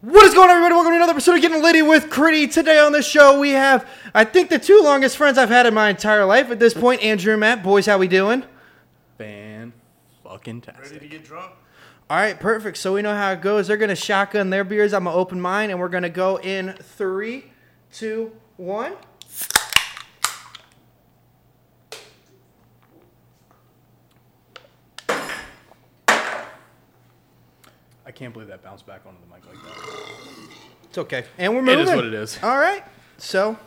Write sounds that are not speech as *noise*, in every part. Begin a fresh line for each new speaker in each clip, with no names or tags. What is going on, everybody? Welcome to another episode of Getting Lady with Critty. Today on the show, we have, I think, the two longest friends I've had in my entire life at this point. Andrew and Matt, boys, how we doing?
Fan fucking tastic.
get drunk?
All right, perfect. So we know how it goes. They're gonna shotgun their beers. I'm gonna open mine, and we're gonna go in three, two, one.
I can't believe that bounced back onto the mic like that.
It's okay, and we're
It
moving.
is what it is.
All right. So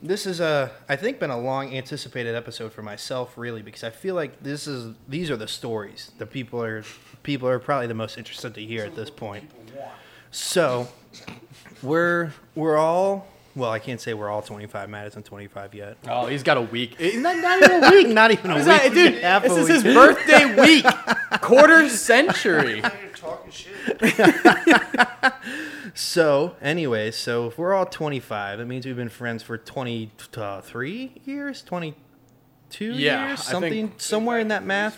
this is a, I think, been a long anticipated episode for myself, really, because I feel like this is these are the stories the people are people are probably the most interested to hear at this point. So we're we're all well, I can't say we're all 25. Matt isn't 25 yet.
Oh, he's got a week. Eh, Not, not even
*laughs*
a week.
Not even a
He's
week,
not- dude,
half a
this is
week.
his
*laughs*
birthday week. Quarter century.
Now you're talking shit.
So, anyways, so if we're all 25, that means we've been friends for 23 years, 22
Yeah, I
years,
think-
something somewhere in that math.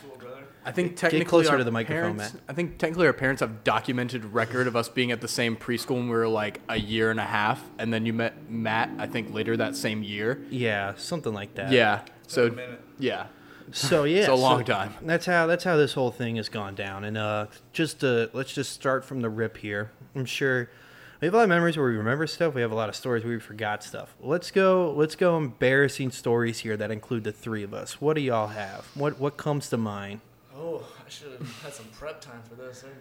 I think technically
closer
our
to the microphone,
parents,
Matt.
I think technically our parents have documented record of us being at the same preschool when we were like a year and a half, and then you met Matt. I think later that same year.
Yeah, something like that.
Yeah. So
Took a minute.
yeah.
So yeah,
*laughs* It's a long time.
That's how that's how this whole thing has gone down. And uh, just to, let's just start from the rip here. I'm sure we have a lot of memories where we remember stuff. We have a lot of stories where we forgot stuff. Let's go. Let's go. Embarrassing stories here that include the three of us. What do y'all have? What what comes to mind?
Oh, I should have had some prep time for this. eh? *laughs*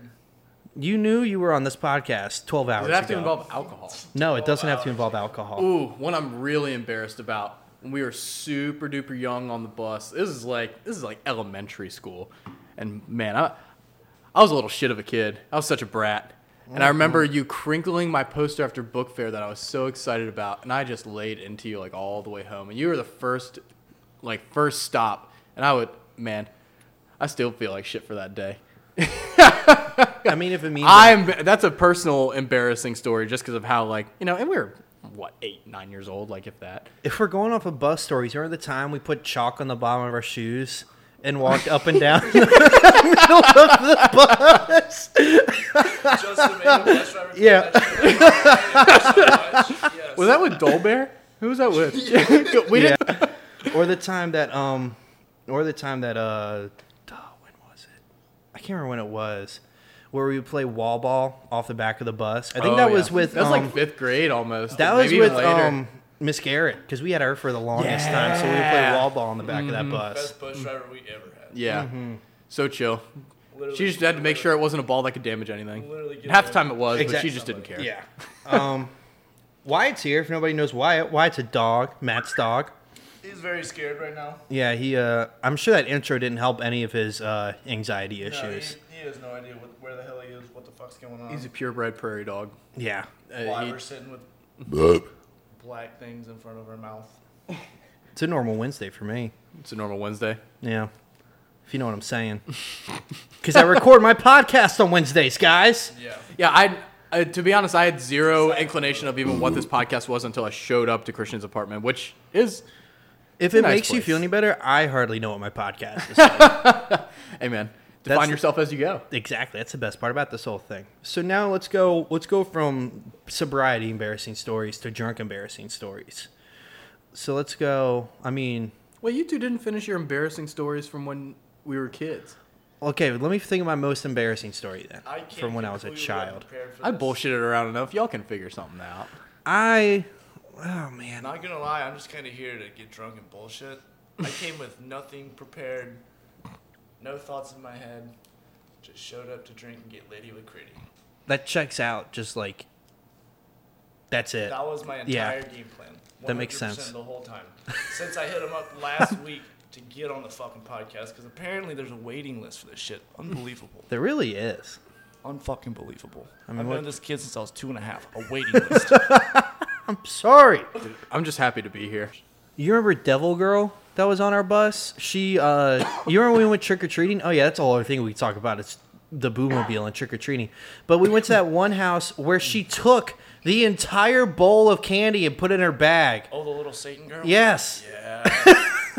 Didn't
You knew you were on this podcast 12 hours
Does it have
ago.
to involve alcohol?
no, it doesn't have to
hours.
involve alcohol.
Ooh, one I'm really embarrassed about. When we were super duper young on the bus, this is like this is like elementary school, and man, I I was a little shit of a kid. I was such a brat, and I remember you crinkling my poster after book fair that I was so excited about, and I just laid into you like all the way home. And you were the first, like first stop, and I would man, I still feel like shit for that day.
I mean, if it
*laughs*
means
I'm that's a personal embarrassing story just because of how like you know, and we were what eight nine years old like if that.
if we're going off of bus stories, remember the time we put chalk on the bottom of our shoes and walked up and down *laughs* the middle of the bus?
Justin made a bus driver. feel
Yeah.
that shit. I *laughs* hated him so much. Yes.
Was that with Dolbear? *laughs* Who was that with? *laughs* we didn't.
*laughs* Or the time that um, or the time that uh, duh, when was it? I can't remember when it was. Where we would play wall ball off the back of the bus. I think
Oh,
that
yeah.
was with
That was
um,
*laughs* like fifth grade almost.
That
Maybe
was
even
with
later.
um, Miss Garrett because we had her for the longest time, so we would play
Yeah. Mm-hmm.
wall ball on the back of that bus.
Best bus driver we ever had.
yeah. So chill.
Literally,
She just had to make sure it wasn't a ball that could damage anything.
Literally get
Half the
the-
time it was, but
Exact-
she just didn't care.
Yeah. *laughs* Um, Wyatt's here. If nobody knows Wyatt, Wyatt's a dog. Matt's dog.
He's very scared right now.
Yeah, he. Uh, I'm sure that intro didn't help any of his uh, anxiety
No, he,
issues.
he has no idea what, where the hell he is, what the fuck's going on.
He's a purebred prairie dog.
yeah.
Uh,
Why
he-
we're sitting with black things in front of her mouth.
It's a normal Wednesday for me.
it's a normal Wednesday.
Yeah. If you know what I'm saying. *laughs* Because I record my podcast on Wednesdays, guys.
Yeah.
Yeah, I. Uh, to be honest, I had zero inclination of even what this podcast was until I showed up to Christian's apartment, which is,
If it
Nice
makes you
place.
feel any better, I hardly know what my podcast is.
*laughs*
like.
hey man, define
That's-
yourself as you go.
Exactly. That's the best part about this whole thing. So now let's go. Let's go from sobriety embarrassing stories to drunk embarrassing stories. So let's go. I mean,
Well, you two didn't finish your embarrassing stories from when we were kids.
okay. Let me think of my most embarrassing story then,
I can't
from when I was a
completely
child.
prepare for
I
this.
bullshitted around enough. Y'all can figure something out.
I. Oh man.
Not gonna lie, I'm just kind of here to get drunk and bullshit. I came with nothing prepared, no thoughts in my head. Just showed up to drink and get lady with Critty.
That checks out. Just like. That's it.
That was my entire
Yeah.
game plan.
That makes
100%
sense.
The whole time, since I hit him up last *laughs* week to get on the fucking podcast, because apparently there's a waiting list for this shit. Unbelievable.
There really is.
Unfucking believable. I
mean,
have
what-
known this kid since I was two and a half. A waiting
*laughs*
list.
I'm sorry.
I'm just happy to be here.
You remember Devil Girl that was on our bus? She, uh, you remember when we went trick or treating? Oh yeah, that's all other thing we could talk about. It's the boomobile and trick or treating. But we went to that one house where she took the entire bowl of candy and put it in her bag.
oh, the little Satan girl.
Yes.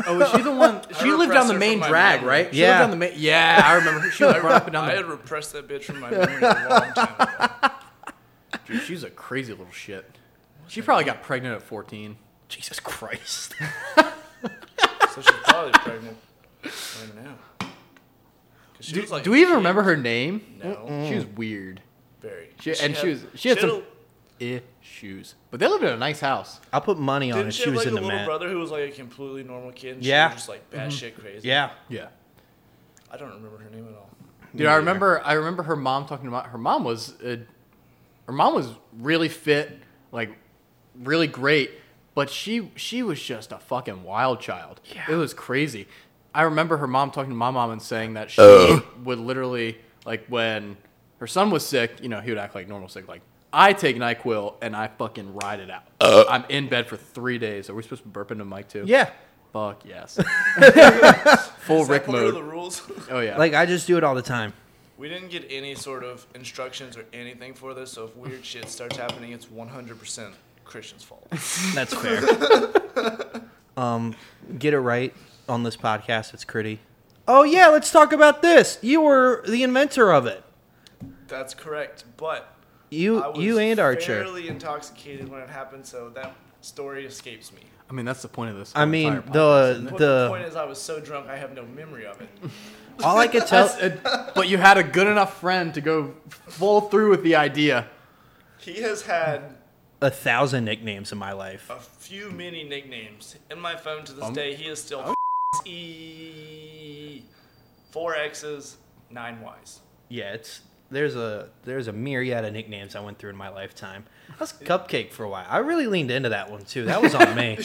Oh, is she the *laughs* one? She lived down
repressed
the
her
main
from my
drag,
memory.
right? She
Yeah.
lived down the main. Yeah, *laughs* I remember. She was
I,
run up and down
I
the.
had repressed that bitch from my memory a long time ago.
Dude, she's a crazy little shit. She probably got pregnant at 14.
Jesus
*laughs*
Christ.
So she's probably pregnant right now. 'Cause she
Do,
was like
do
a
we even
kid.
remember her name?
No.
She was weird.
Very.
She, and she was she had
had a-
some issues, but they lived in a nice house.
I'll put money on
Didn't
it.
she,
She
have
was
like
in
a
the
little
mat.
brother who was like a completely normal kid? And
Yeah. Mm-hmm.
She was just like bad shit crazy.
Yeah.
Yeah,
I don't remember her name at all.
dude, I remember I remember her mom talking about her mom was uh, her mom was really fit, like really great, but she she was just a fucking wild child. Yeah. it was crazy. I remember her mom talking to my mom and saying that she would literally like when her son was sick, you know, he would act like normal sick, like. I take NyQuil and I fucking ride it out. I'm in bed for three days. Are we supposed to burp into mic too?
Yeah. *laughs*
Fuck yes. Full
Is that
Rick
part of the
mode.
rules?
Oh yeah.
Like I just do it all the time.
*laughs* we didn't get any sort of instructions or anything for this, so if weird shit starts happening, it's 100%
*laughs*
Christian's fault.
That's
*laughs*
fair. um, get it right on this podcast. It's Critty. Oh yeah, let's talk about this. You were the inventor of it.
That's correct, but I
You
was
you and Archer.
fairly intoxicated when it happened, so that story escapes me.
I mean, that's the point of this.
I
whole
mean
entire podcast.
the
But the point
the
is, I was so drunk, I have no
*laughs*
memory of it.
all I could tell.
That's it, but you had a good enough friend to go full through with the idea.
He has had
*laughs* a thousand nicknames in my life.
a few many nicknames in my phone to this
Um,
day. He is still E four X's, nine Y's.
Yeah, it's there's a there's a myriad of nicknames I went through in my lifetime. I was cupcake for a while. I really leaned into that one too. That was on
*laughs*
me.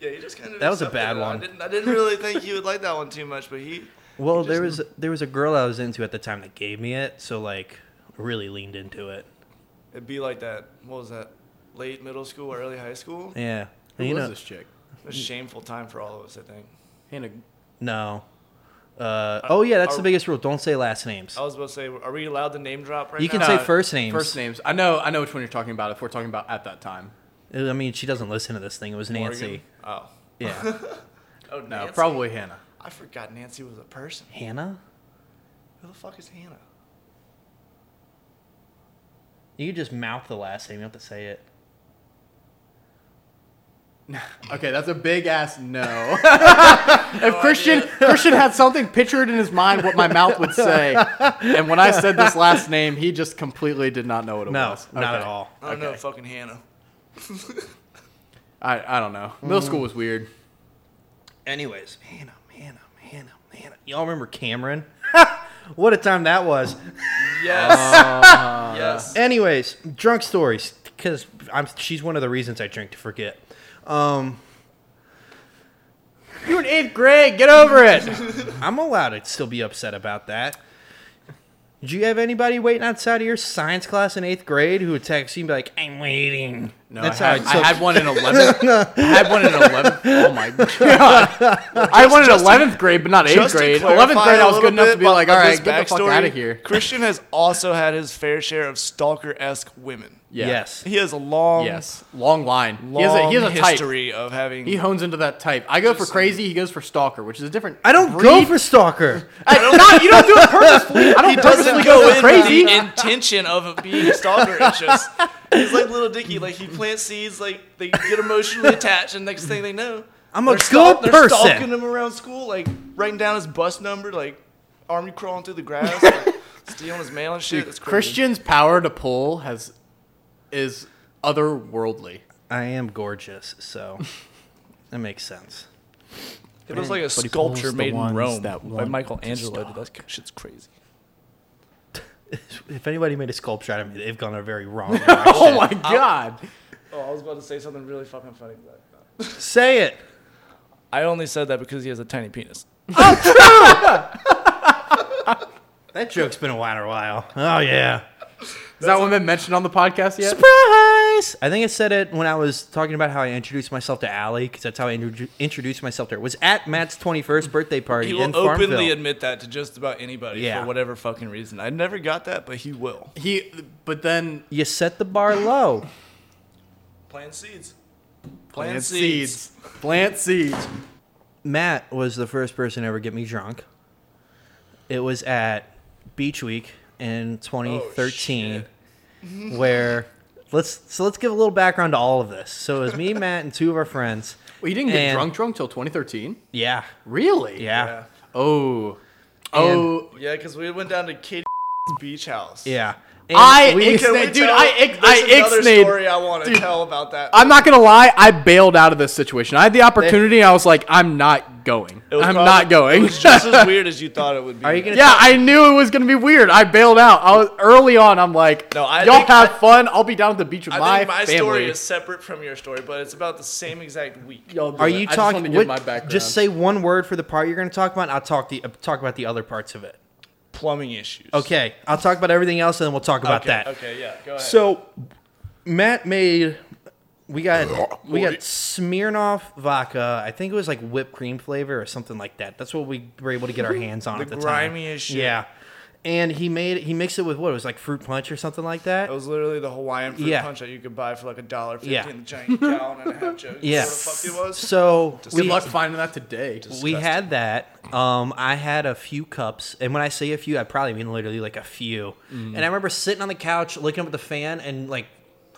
Yeah, you just kind of
That was a
accepted
bad
it.
one.
I didn't, I didn't really think you would like that one too much, but he
Well, there was there was a girl I was into at the time that gave me it, so like really leaned into it.
it'd be like that. What was that? Late middle school, early high school.
Yeah.
Who
And you
was
know-
this chick?
A shameful time for all of us, I think.
Hannah.
No. Uh, oh yeah, that's
are-
the biggest rule. Don't say last names.
oh.
I was about to say, are we allowed to name drop right
You
now?
can say first names.
Uh, First names. I know. I know which one you're talking about. If we're talking about at that time.
I mean, she doesn't listen to this thing. It was
Morgan?
Nancy.
Oh,
Yeah. *laughs*
oh,
No,
Nancy?
probably Hannah.
I forgot Nancy was a person.
Hannah,
Who the fuck is Hannah?
you can just mouth the last name. You don't have to say it.
Okay, that's a big ass
*laughs*
no. if Christian
idea.
Christian had something pictured in his mind what my mouth would say, and when I said this last name, he just completely did not know what it
No,
was.
not at
Okay.
all.
I don't know,
Okay.
fucking Hannah.
I, I don't know. Middle school
Mm.
was weird.
Anyways, oh, Hannah, Hannah, Hannah, Hannah. Y'all remember Cameron? oh. *laughs* what a time that was.
*laughs* Yes. yes.
Anyways, drunk stories because I'm she's one of the reasons I drink to forget. Um,
You in eighth grade. Get over *laughs* it.
I'm allowed to still be upset about that. Do you have anybody waiting outside of your science class in eighth grade who would text you and be like, "I'm waiting"?
No,
That's
I, had,
how
I
I took-
had
*laughs*
one in eleventh. I had one in eleventh. Oh my god! I had one in eleventh grade, but not eighth
Just to
grade.
clarify
Eleventh grade,
a
I was
little
good enough
bit
to be
about
like, all
this
right, get the fuck
backstory,
out of here.
Christian has also had his fair share of stalker-esque women.
Yeah.
Yes.
He has a long,
Yes. Long line. he
long
has a, he has a type.
history of having.
He hones into that type. I go for crazy. He goes for stalker, which is a different.
I don't go
breed.
for
*laughs*
stalker.
I don't, not, you don't do it purposefully. I don't purposely *laughs*
doesn't
go
go
for
in
crazy.
crazy. the intention of being a stalker. It's just he's like little Dicky. Like he plants seeds. Like they get emotionally attached, and next thing they know,
I'm a
they're stalk-
good
They're
person.
stalking him around school, like writing down his bus number, like army crawling through the
*laughs*
grass, like, stealing his mail and shit. It's crazy.
Christian's power to pull has is otherworldly.
I am gorgeous, *laughs* so that makes sense.
It was like a
he
sculpture
pulls the
made in
ones
Rome
that
by
want
Michelangelo. Dude, that shit's crazy.
If anybody made a sculpture out of me, they've gone a very *laughs* wrong.
Oh
direction.
my god!
Oh, I was about to say something really fucking funny.
Say it.
I only said that because he has a tiny penis.
That joke's been a while, a while. Oh yeah.
Has that one been mentioned on the podcast yet?
Surprise! I think I said it when I was talking about how I introduced myself to Allie, because that's how I introdu- introduced myself to her. It was at Matt's 21st birthday party
He
in
will
Farmville.
openly admit that to just about anybody
Yeah.
for whatever fucking reason. I never got that, but he will.
He, but then
you set the bar low.
Plant seeds.
plant seeds. Plant seeds.
Matt was the first person to ever get me drunk.
Oh,
It was at Beach Week in 2013.
shit.
*laughs* where let's so let's give a little background to all of this. So it was me, Matt, and two of our friends.
Well, you didn't get
And-
drunk drunk till 2013.
Yeah,
Really?
yeah,
Oh. Oh.
Yeah, because we went down to Katie's *laughs* beach house.
yeah. And
I
we-
ex-
Can we
dude,
tell-
I ex-
there's
I
another
ixnayed-
story I want to tell about that.
I'm not gonna lie. I bailed out of this situation. I had the opportunity. I was like, I'm not going.
It was
I'm
probably-
not going.
It was just as weird as you thought it would be.
Are you gonna-
*laughs* yeah, I knew it was gonna be weird. I bailed out. I was early on. I'm like,
No, I
y'all
think-
have fun. I'll be down at the beach with
I
my,
think my
family.
story is separate from your story, but it's about the same exact week.
Y'all do
are
it.
you
I Just, wanted
talking?
to
Just,
give my background.
just say one word for the part you're going to talk about. And I'll talk the talk about the other parts of it.
Plumbing issues.
Okay, I'll talk about everything else, and then we'll talk about
Okay,
that.
Okay, yeah, go ahead.
So Matt made we got we got Smirnoff vodka. I think it was like whipped cream flavor or something like that. That's what we were able to
*laughs*
get our hands on
The
at the time.
grimiest shit.
Yeah. And he made he mixed it with what it was like fruit punch or something like that.
It was literally the Hawaiian fruit
Yeah.
punch that you could buy for like a dollar fifty
Yeah.
in the giant gallon and a half jug.
*laughs* yeah.
What the fuck it was?
So
Good
we,
luck finding that today.
we
disgusting.
had that. Um, I had a few cups, and when I say a few, I probably mean literally like a few. And I remember sitting on the couch, looking up at the fan, and like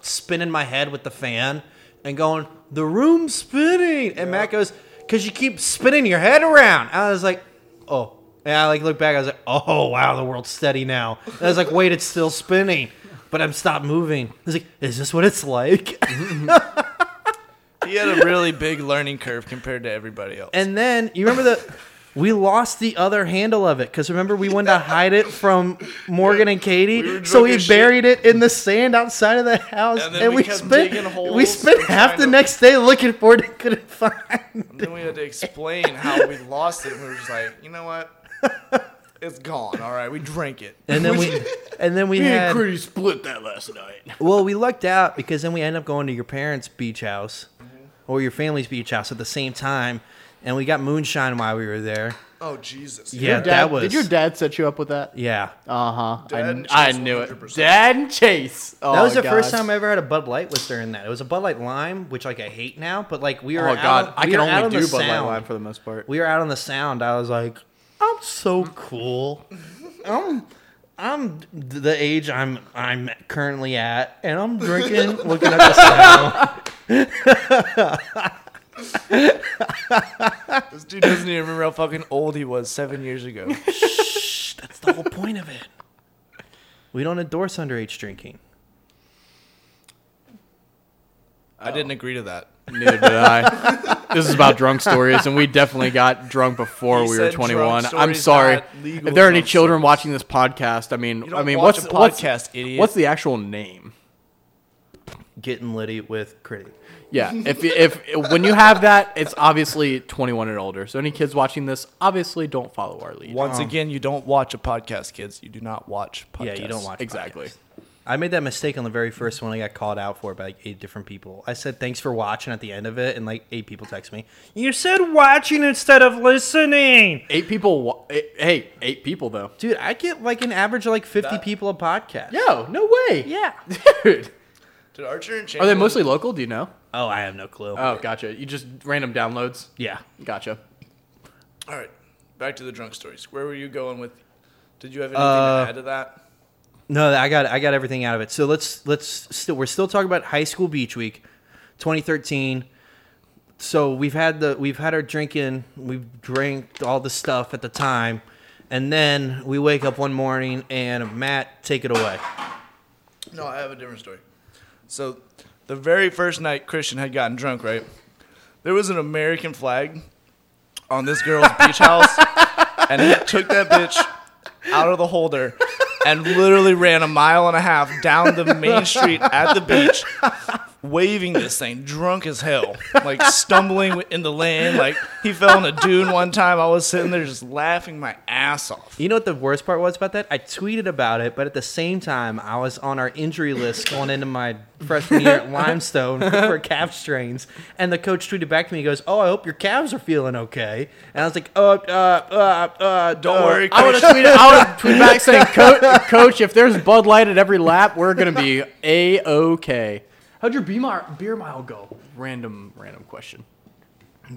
spinning my head with the fan, and going, "The room's spinning." And Matt goes, "Cause you keep spinning your head around." And I was like, "Oh." And I like look back. I was like, "Oh wow, the world's steady now." And I was like, "Wait, it's still spinning." But I'm stopped moving. I was like, "Is this what it's like?"
he had a really big learning curve compared to everybody else.
And then you remember
*laughs*
the we lost the other handle of it because remember we went to hide it from Morgan and Katie,
We were
so
drunk
we
as shit.
buried it in the sand outside of the house,
And
and,
then we
we,
kept digging
spent we
holes
spent
and
half
trying
the
to-
next day looking for it and couldn't find. it.
And then we had to explain how we lost it. And we were just like, you know what? It's gone. All right, we drank it.
And then
*laughs*
we and then we
Me and
had
Critty split that last night.
well we lucked out because then we ended up going to your parents' beach house
Mm-hmm.
or your family's beach house at the same time, and we got moonshine while we were there.
Oh Jesus.
Yeah,
Your dad-
that was
Did your dad set you up with that?
yeah.
Uh huh.
Dad
I,
and
I
Chase,
knew it.
100%.
Dad and Chase. Oh,
That was the
God.
first time I ever had a Bud Light was during that. It was a Bud Light Lime, which like I hate now, but like we were
Oh
out
God,
on-
I
we
can
were out
only
on the
do Bud Light
sound.
Lime for the most part. *laughs*
We were out on the sound. I was like, I'm so cool. I'm I'm the age I'm I'm currently at, and I'm
*laughs*
drinking, looking at the sound.
This dude doesn't even remember how fucking old he was seven years ago.
Shh, that's the whole point of it. We don't endorse underage drinking.
I didn't agree to that.
Neither did I. this is about drunk stories, and we definitely got drunk before
He
we were
said drunk
21. I'm
stories,
sorry.
not legal
If there are any
drunk
children watching this podcast, I mean,
don't
I mean,
watch
what's
a
what's,
podcast, idiot.
What's the actual name?
Getting litty with Critty.
Yeah, if if when you have that, it's obviously 21 and older. So any kids watching this, obviously don't follow our lead.
Once again, you don't watch a podcast, kids. You do not watch podcasts.
Yeah, you don't watch
Exactly.
podcasts. I made that mistake on the very first one. I got called out for it by like eight different people. I said thanks for watching at the end of it, and like eight people text me. You said watching instead of listening,
Eight people. Wa- eh, hey, eight people though.
dude. I get like an average of like fifty people a podcast.
Yo, no way.
yeah.
*laughs* Dude,
Did Archer and
are they
Chamberlain-
mostly local? Do you know?
Oh, I have no clue.
Oh, gotcha. You just random downloads.
yeah.
Gotcha.
All right, back to the drunk stories. Where were you going with? Did you have anything to add to that?
No, I got I got everything out of it. So let's let's still we're still talking about high school beach week, 2013. So we've had the we've had our drinking, we've drank all the stuff at the time, and then we wake up one morning and Matt take it away.
No, I have a different story. So, the very first night Christian had gotten drunk, right? There was an American flag on this girl's beach house, and he took that bitch out of the holder and literally ran a mile and a half down the main street at the beach, waving this thing, drunk as hell, like stumbling in the lane. Like he fell in a dune one time. I was sitting there just laughing my ass off.
You know what the worst part was about that? I tweeted about it, but at the same time, I was on our injury list going into my freshman year at Limestone for calf strains, and the coach tweeted back to me. He goes, "Oh, I hope your calves are feeling okay." And I was like, "Uh, uh, uh, uh
Don't
uh,
worry,
I would have tweeted. I would have tweeted back
*laughs*
saying, "Coach, Coach, if there's Bud Light at every lap, we're gonna be a okay." How'd your beer mile, beer mile go? Random, random question.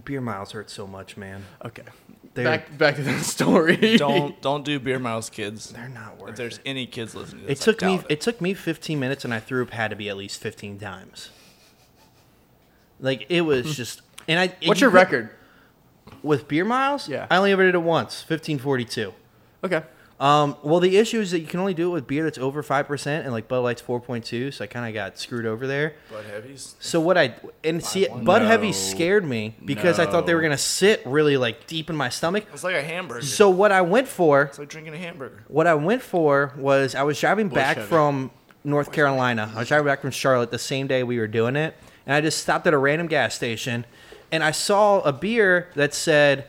Beer miles hurt so much, man.
Okay,
They're
back back to the *laughs*
*laughs*
story.
Don't don't do beer miles, kids.
they're not
If
worth
there's
it.
any kids listening, to
It
this, I
took me
doubt
it took me 15 minutes, and I threw up had to be at least 15 times. Like it was just. And I.
Hmm. What's
you
your
could-
record?
with beer miles?
Yeah.
I only ever did it once, 1542.
Okay.
Um, well, the issue is that you can only do it with beer that's over 5%, and like Bud Light's 4.2, so I kind of got screwed over there.
Bud heavies.
So what I and see Bud Heavy scared me because I thought they were
No.
gonna sit really like deep in my stomach.
It's like a hamburger.
So what I went for,
it's like drinking a hamburger.
what I went for was I was driving back
Heavy.
from North Carolina. I was driving back from Charlotte the same day we were doing it, and I just stopped at a random gas station, and I saw a beer that said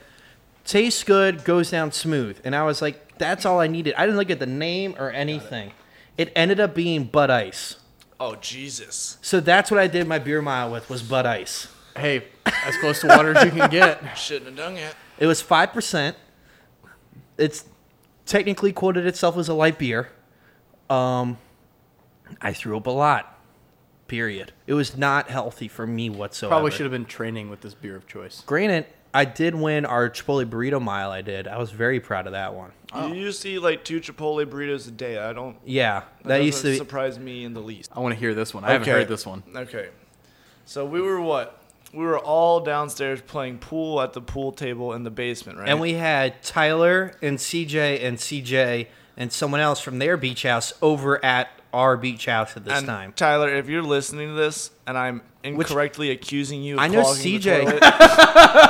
tastes good, goes down smooth. And I was like, that's all I needed. I didn't look at the name or anything. It ended up being Bud Ice.
Oh Jesus!
So that's what I did my beer mile with was Bud Ice.
Hey, as close to water as you can get.
Shouldn't have done it.
It was five percent. It's technically quoted itself as a light beer. Um, I threw up a lot. Period. It was not healthy for me whatsoever.
*laughs* Probably should have been training with this beer of choice.
Granted, I did win our Chipotle burrito mile. I did. I was very proud of that one.
You used to eat like two Chipotle burritos a day. I don't.
Yeah,
That,
that, used to. Be,
surprise me in the least.
I want to hear this one. I haven't heard this one.
Okay. So we were what? We were all downstairs playing pool at the pool table in the basement, right?
and we had Tyler and CJ and CJ and someone else from their beach house over at our beach house at this
And
time.
Tyler, if you're listening to this and I'm incorrectly accusing you of
I know
clogging the
CJ.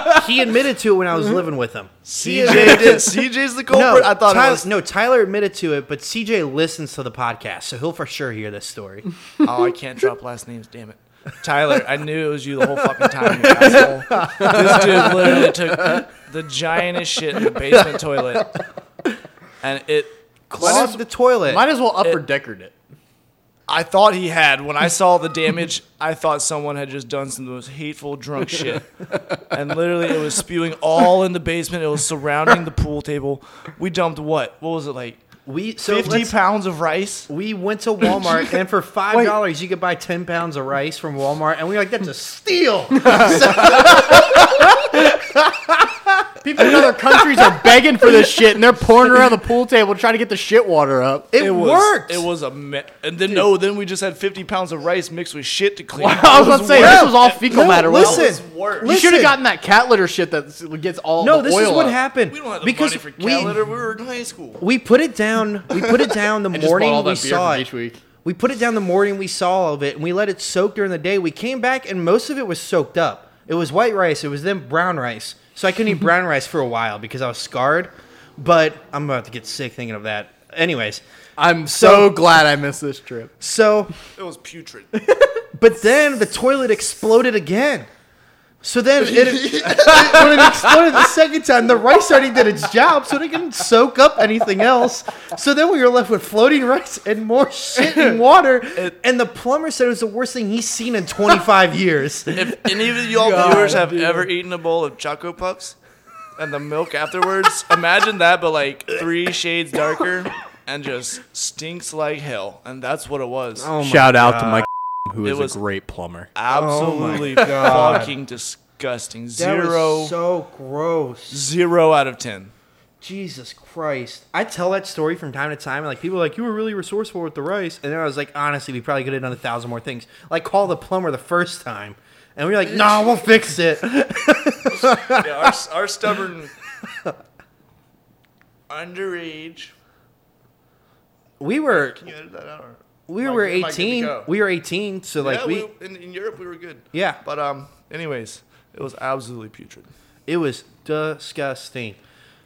*laughs*
toilet-
He admitted to it when I
*laughs*
was living with him.
CJ did. CJ's the culprit. I thought
Tyler,
it was.
no. Tyler admitted to it, but CJ listens to the podcast, so he'll for sure hear this
*laughs*
story.
Oh, I can't drop last names. Damn it. Tyler, I knew it was you the whole fucking time, you asshole. This dude literally took the giantest shit in the basement toilet, and it.
Clogged the toilet.
Might as well upper deckered it.
I thought he had. When I saw the damage, I thought someone had just done some of the most hateful drunk shit. And literally, it was spewing all in the basement. It was surrounding the pool table. We dumped what? What was it like?
we so
50
let's-
pounds of rice?
we went to Walmart, and
*laughs*
for five dollars, you could buy ten pounds of rice from Walmart, and we were like,
*laughs*
"That's a steal." *laughs*
People in *laughs* other countries are begging for this shit, and they're pouring around the pool table trying to get the shit water up.
It,
was,
worked.
It was a me- and then no, then we just had 50 pounds of rice mixed with shit to
*laughs*
*laughs*
clean.
I was about to say this was all fecal
No,
matter. wasn't it?
listen,
That was worse.
you should
listen.
have gotten that cat litter shit that gets all
No,
the
this
oil
is what
up.
happened.
We don't have the
because
money for cat
we
litter. We were in high school.
we put it down. We put it down the
*laughs* I just bought
morning
all that
we
beer
saw
from
it.
each week.
We put it down the morning we saw of it, and we let it soak during the day. We came back, and most of it was soaked up. It was white rice. It was then brown rice. So I couldn't eat brown rice for a while because I was scarred. But I'm about to get sick thinking of that. Anyways,
I'm so glad I missed this trip.
so
It
*laughs*
was putrid.
but then the toilet exploded again. So then it, when it exploded the second time, the rice already did its job, so it couldn't soak up anything else. So then we were left with floating rice and more shit and water. and the plumber said it was the worst thing he's seen in 25 years.
If any of y'all
God,
viewers have
dude.
ever eaten a bowl of Choco Puffs and the
*laughs*
milk afterwards, imagine that, but like three shades darker and just stinks like hell. And that's what it was.
Oh my
Shout out to Mike, *laughs* who
It
is
was-
a great plumber.
Absolutely
oh God.
fucking disgusting.
That was
Zero,
so gross.
zero out of ten.
Jesus Christ. I tell that story from time to time, and like people are like, you were really resourceful with the rice. And then I was like, honestly, we probably could have done a thousand more things. Like, call the plumber the first time. And we were like, no, we'll fix it.
Yeah, our, our stubborn underage.
We were
Can you edit that out? Or?
we
Am I
were
good- am I good to
18.
go?
We were 18, so like
yeah,
we,
we, in, in Europe we were good.
Yeah.
But um, anyways, it was absolutely putrid.
it was disgusting.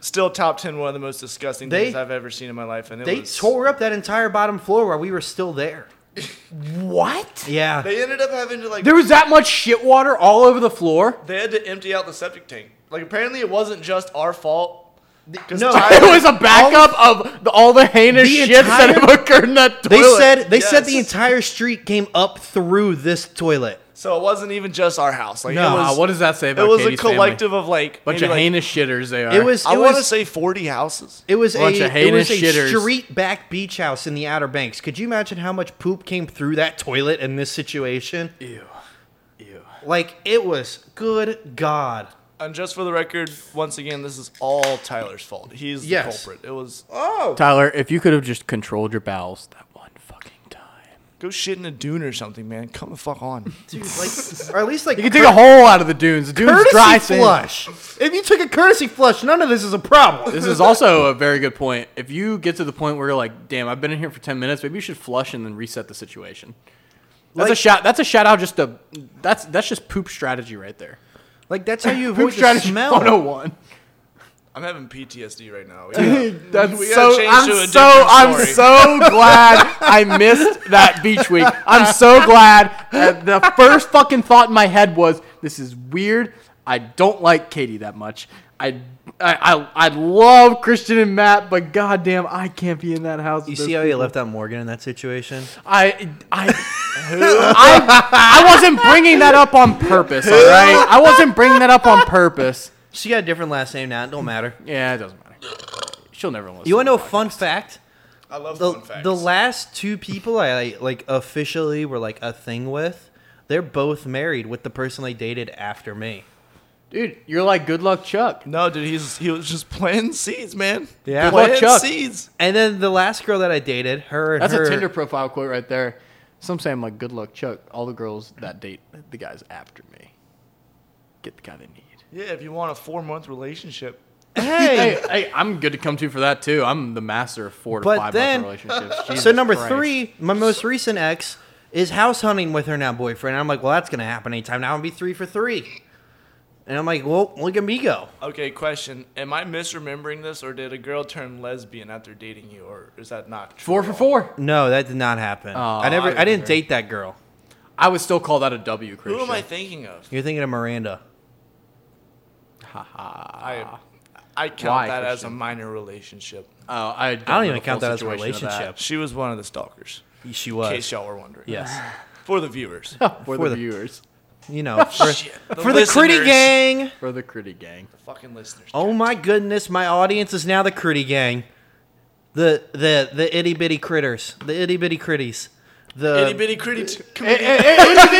Still top ten, one of the most disgusting
They-
things I've ever seen in my life, and it
They
was,
tore up that entire bottom floor while we were still there.
What?
Yeah.
They ended up having to like
There was that much shit water all over the
*laughs*
floor.
they had to empty out the septic tank. Like apparently it wasn't just our fault. 'cause
no,
Tyler-
It was a backup of the, all the heinous
The
shit that
entire-
have occurred in that
they
toilet.
said they said the
Yes.
entire street came up through this toilet.
so it wasn't even just our house. Like
Nah,
it was,
Uh, what does that say
it
about
was
Katie's
a
family?
collective of like
Bunch
maybe,
of
like,
heinous shitters they are.
It was
I
it
want to
was
say forty houses.
it was a
bunch of
it was
heinous
a
shitters.
street back beach house in the Outer Banks. Could you imagine how much poop came through that toilet in this situation?
Ew. Ew.
Like it was good god.
And just for the record, once again, this is all Tyler's fault. He's the
Yes.
culprit. It was
Oh,
Tyler, if you could have just controlled your bowels that one fucking time.
go shit in a dune or something, man. Come the fuck on.
dude, like, or at least like
You can take a hole out of the dunes. The dunes
courtesy
dry sand.
flush. If you took a courtesy flush, none of this is a problem.
This is also a very good point. If you get to the point where you're like, "Damn, I've been in here for ten minutes. Maybe you should flush and then reset the situation." That's a
Like-
shout. That's a shout out. Just a that's that's just poop strategy right there.
Like that's how you
*laughs* Poop
avoid the
strategy
smell.
101.
*laughs* I'm having PTSD right now. Yeah.
That's
We gotta
so.
change to a
I'm so.
different
I'm
story.
so glad I missed that beach week. I'm so glad. that the first fucking thought in my head was, "This is weird. I don't like Katie that much. I." I, I I love Christian and Matt, but goddamn, I can't be in that house.
You
with
see
those
how you left out Morgan in that situation?
I
*laughs*
I I I wasn't bringing that up on purpose. All right, I wasn't bringing that up on purpose.
She got a different last name now. It don't matter.
Yeah, it doesn't matter. She'll never listen.
You want to know a fun fact?
I love
The,
fun facts.
the last two people I like officially were like a thing with, they're both married with the person they dated after me.
dude? You're like good luck Chuck.
no, dude, he's he was just planting seeds, man.
Yeah.
Good luck,
planting
Chuck.
seeds.
And then the last girl that I dated, her and
That's
her, *laughs*
a Tinder profile quote right there. Some say I'm like good luck Chuck. All the girls that date the guys after me get the guy they need.
Yeah, if you want a four month relationship,
Hey, hey, I'm good to come to for that too. I'm the master of four to
But
five
then-
month relationships. *laughs* Jesus
So number
Christ.
three, my most recent ex is house hunting with her now boyfriend. I'm like, well, that's gonna happen anytime now. and be three for three. And I'm like, well, look at me go.
Okay, question. Am I misremembering this, or did a girl turn lesbian after dating you, or is that not true?
four for four.
No, that did not happen. I
I
never,
was
I, didn't
there.
date that girl.
I would still call that a W,
Who
Christian.
am I thinking of?
You're thinking of Miranda.
I, I count
Why,
that as a
Christian?
minor relationship.
Oh, I don't,
I don't
know
even
the
count
full
that as a
situation of that.
relationship.
She was one of the stalkers,
She
in
was.
case y'all were wondering.
Yes.
For
*laughs*
the viewers.
For,
For
the,
the-
viewers,
You know, for,
Shit,
for the Critty
listeners.
Gang.
for the Critty gang.
The fucking listeners.
Oh my goodness, my audience is now the Critty Gang. The the the itty bitty critters. The itty bitty critties. The
Itty bitty critty. *laughs* T-
the itty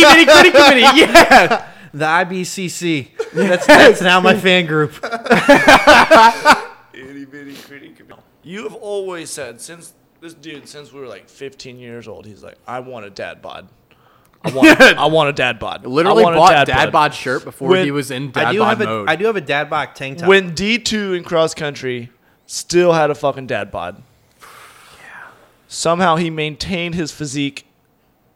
bitty critty *laughs* committee. Yeah.
the IBCC. That's that's now my fan group.
Itty bitty critty. com- You have always said, since this dude, since we were like 15 years old, he's like, I want a dad bod. I
*laughs*
want, I want a dad bod. I
Literally
want a
bought dad, bod shirt before
When-
he was in dad
I do
bod
have
mode.
a I do have a dad bod tank top.
When D2 in cross country still had a fucking dad bod. Somehow he maintained his physique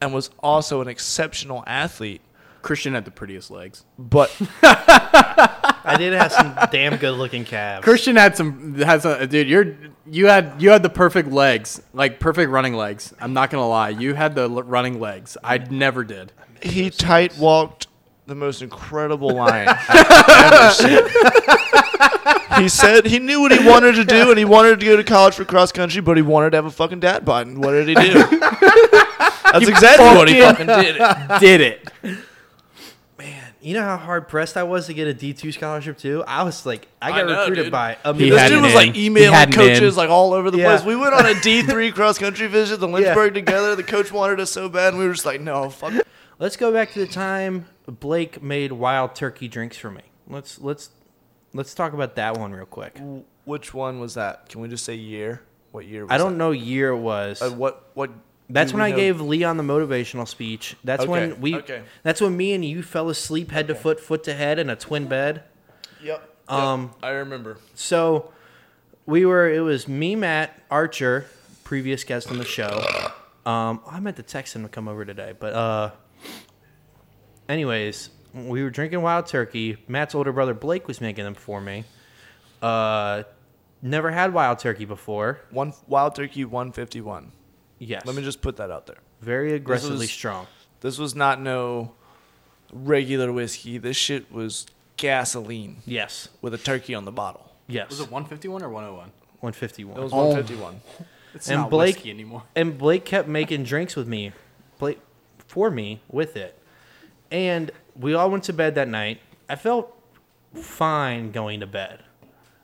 and was also an exceptional athlete.
Christian had the prettiest legs.
But
I did have some *laughs* damn good looking calves.
Christian had some had some dude. You're you had you had the perfect legs, like perfect running legs. I'm not gonna lie, you had the l- running legs. I never did.
he tight walked the most incredible *laughs* line He said he knew what he wanted to do and he wanted to go to college for cross country, but he wanted to have a fucking dad bod. And what did he do? *laughs* That's exactly what he fucking *laughs* did.
did it?
You know how hard pressed I was to get a D two scholarship too. I was like, I got
I know,
recruited
dude.
by a
He
This
had
dude
an
was
in.
like
He
emailing
had an in.
coaches like all over the
Yeah.
place. We went on *laughs* a D three cross country visit to Lynchburg together. The coach wanted us so bad, and we were just like, no, fuck.
Let's go back to the time Blake made wild turkey drinks for me. Let's let's let's talk about that one real quick.
Which one was that? Can we just say year? What year? Was
I don't know year it was.
That? Uh, what what?
That's
do
when
we
I
know?
gave Leon the motivational speech. That's
Okay,
when we.
okay.
That's when me and you fell asleep head to foot, foot to head in a twin bed.
Yep.
Um,
I remember.
So we were. It was me, Matt, Archer, previous guest on the show. Um, I meant to text him to come over today, but uh, anyways, we were drinking wild turkey. Matt's older brother Blake was making them for me. Uh, never had wild turkey before.
One wild turkey, one fifty one.
Yes,
Let me just put that out there.
very aggressively
was-
strong.
This was not no regular whiskey. This shit was gasoline
Yes,
with a turkey on the bottle.
yes.
Was it 151 or 101?
One fifty one.
It was
Oh.
151.
It's
And
not
Blake-
whiskey anymore. *laughs*
and Blake kept making drinks with me, Blake for me with it, and we all went to bed that night. I felt fine going to bed.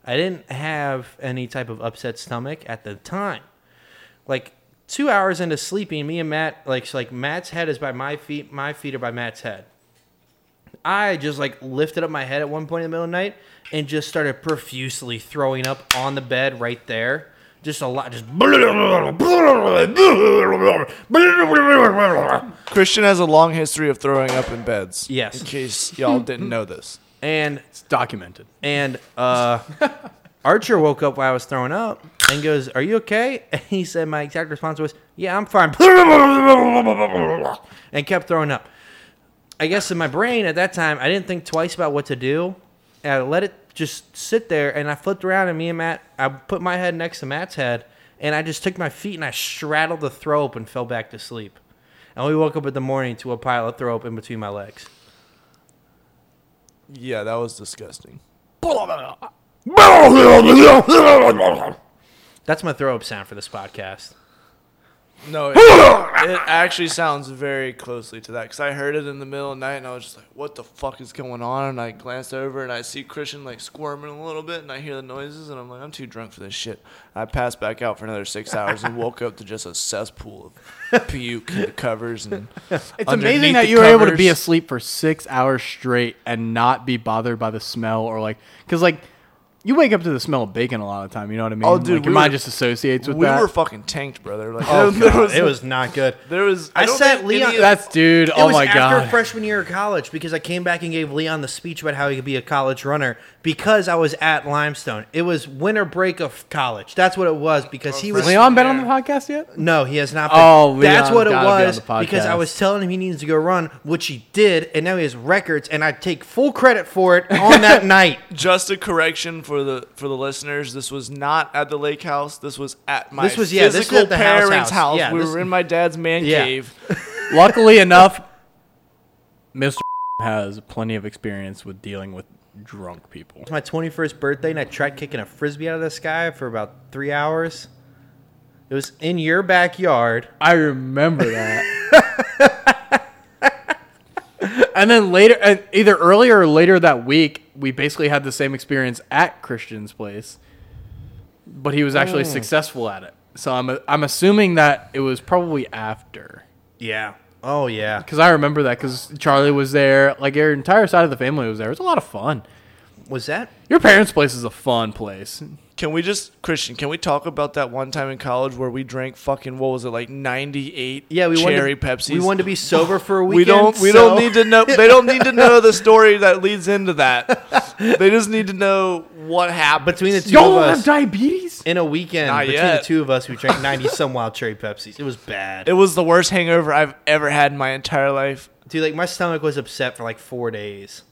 I didn't have any type of upset stomach at the time. Like two hours into sleeping, me and Matt, like so like Matt's head is by my feet, my feet are by Matt's head, I just like lifted up my head at one point in the middle of the night and just started profusely throwing up on the bed right there. Just a lot, just. *laughs*
Christian has a long history of throwing up in beds.
Yes.
In case y'all didn't know this.
And
It's documented.
And uh, *laughs* Archer woke up while I was throwing up and goes, "Are you okay?" *laughs* And he said, "My exact response was, yeah, I'm fine," *laughs* and kept throwing up. I guess in my brain at that time, I didn't think twice about what to do. And I let it just sit there, and I flipped around, and me and Matt, I put my head next to Matt's head, and I just took my feet and I straddled the throw up and fell back to sleep. And we woke up in the morning to a pile of throw up in between my legs.
Yeah, that was disgusting.
That's my throw up sound for this podcast.
*laughs*
No, it, it actually sounds very closely to that because I heard it in the middle of the night and I was just like, what the fuck is going on? And I glanced over and I see Christian like squirming a little bit and I hear the noises and I'm like, I'm too drunk for this shit. I passed back out for another six hours and woke up to just a cesspool
*laughs*
of puke in the covers. And
It's amazing that you were able to be asleep for six hours straight and not be bothered by the smell or like, because like, you wake up to the smell of bacon a lot of the time. You know what I mean?
Oh, dude,
Like,
we
your mind
were-
just associates with
We
that.
were fucking tanked, brother. Like,
Oh,
there,
God,
was,
it was not good.
There was.
I
don't
sent
think any
Leon-
of-
That's dude.
It
oh
was
my
after
god.
freshman year of college because I came back and gave Leon the speech about how he could be a college runner because I was at Limestone. It was winter break of college. That's what it was because he was.
freshman-
Oh, Leon been on the podcast yet?
No, he has not. Been.
Oh,
that's
Leon
what it
gotta be on
was
the podcast.
because I was telling him he needs to go run, which he did, and now he has records, and I take full credit for it
*laughs*
on that night.
just a correction for the for the listeners. This was not at the lake house. This was at my
This was- yeah, this was
physical
at the house
parents' house.
house. Yeah,
we
this-
were in my dad's man
Yeah.
cave.
Luckily enough, Mr. *laughs* has plenty of experience with dealing with drunk people.
It's my 21st birthday, and I tried kicking a frisbee out of the sky for about three hours. It was in your backyard.
I remember that. *laughs* and then later, and either earlier or later that week, we basically had the same experience at Christian's place, but he was actually successful at it. So I'm I'm assuming that it was probably after.
Yeah. Oh yeah.
Because I remember that because Charlie was there. Like, your entire side of the family was there. It was a lot of fun.
Was that
Your parents' place is a fun place.
Can we just Christian? Can we talk about that one time in college where we drank fucking what was it like ninety eight?
Yeah, we
cherry
wanted,
Pepsi.
We wanted to be sober for a weekend.
*laughs* We don't. We
so-
don't need to know. They
*laughs*
don't need to know the story that leads into that. They just need to know what happened.
between the 2
Y'all
of
don't
us
have diabetes?
in a weekend.
Not
between
yet.
the two of us, we
*laughs*
drank ninety some wild cherry Pepsis. It was bad,
it was the worst hangover I've ever had in my entire life.
dude. Like my stomach was upset for like four days.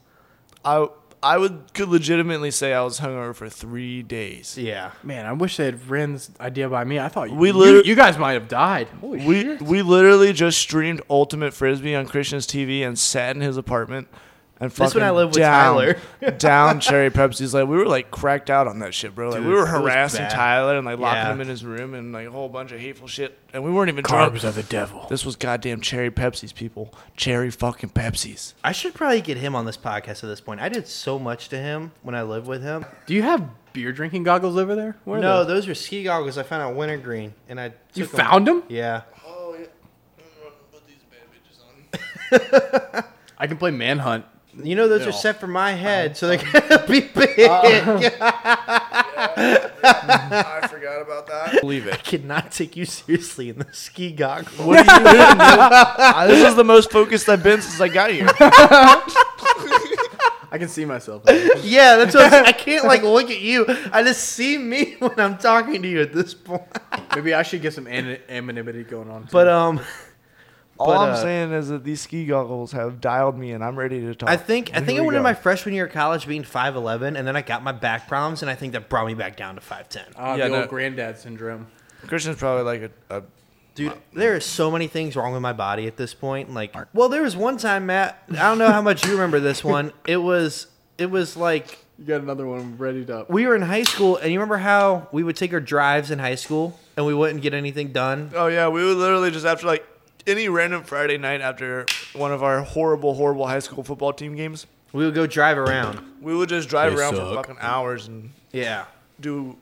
I I would could legitimately say I was hungover for three days.
Yeah,
Man, I wish they had ran this idea by me. I thought
We
you,
literally-
you guys might have died. Holy
We
shit.
we literally just streamed Ultimate Frisbee on Christian's TV and sat in his apartment. And
This
fucking
when I lived with
down,
Tyler.
*laughs*
*laughs*
down cherry Pepsi's like we were like cracked out on that shit, bro. Like we
Dude,
were
it was
harassing
bad.
Tyler and like locking
Yeah.
him in his room and like a whole bunch of hateful shit, and we weren't even
Carbs are
drunk.
the devil.
This was goddamn cherry Pepsi's, people. Cherry fucking Pepsi's.
I should probably get him on this podcast at this point. I did so much to him when I lived with him.
Do you have beer drinking goggles over there? Where are
No, those
those?
were ski goggles I found at Wintergreen, and I
you
took 'em.
found them?
Yeah,
Oh yeah, put these bad bitches on.
I can play manhunt.
you know those
No.
are set for my head, so they're gonna be big. Uh, *laughs*
I forgot about that. Believe it.
I cannot take you seriously in the ski goggles.
What are you doing? *laughs* dude? Uh, this is the most focused I've been since I got *laughs* here.
I can see myself.
Yeah, that's what I'm *laughs* saying. I can't like look at you. I just see me *laughs* when I'm talking to you at this point.
Maybe I should get some an- anonymity going on.
But um,
All
But,
I'm
uh,
saying is that these ski goggles have dialed me, and I'm ready to talk.
I think I
Here
think I
we
went in
go.
my freshman year of college being five eleven, and then I got my back problems, and I think that brought me back down to five ten.
Ah,
Yeah,
the
no.
old granddad syndrome.
Christian's probably like a. a
Dude, there are so many things wrong with my body at this point. Like, well, there was one time, Matt. I don't know how much you remember
*laughs*
this one. It was it was like
You got another one ready up.
we were in high school, and you remember how we would take our drives in high school, and we wouldn't get anything done.
oh yeah, we would literally just after like any random Friday night after one of our horrible, horrible high school football team games,
We would go drive around.
we would just drive
They
around
suck.
for fucking hours and
Yeah.
do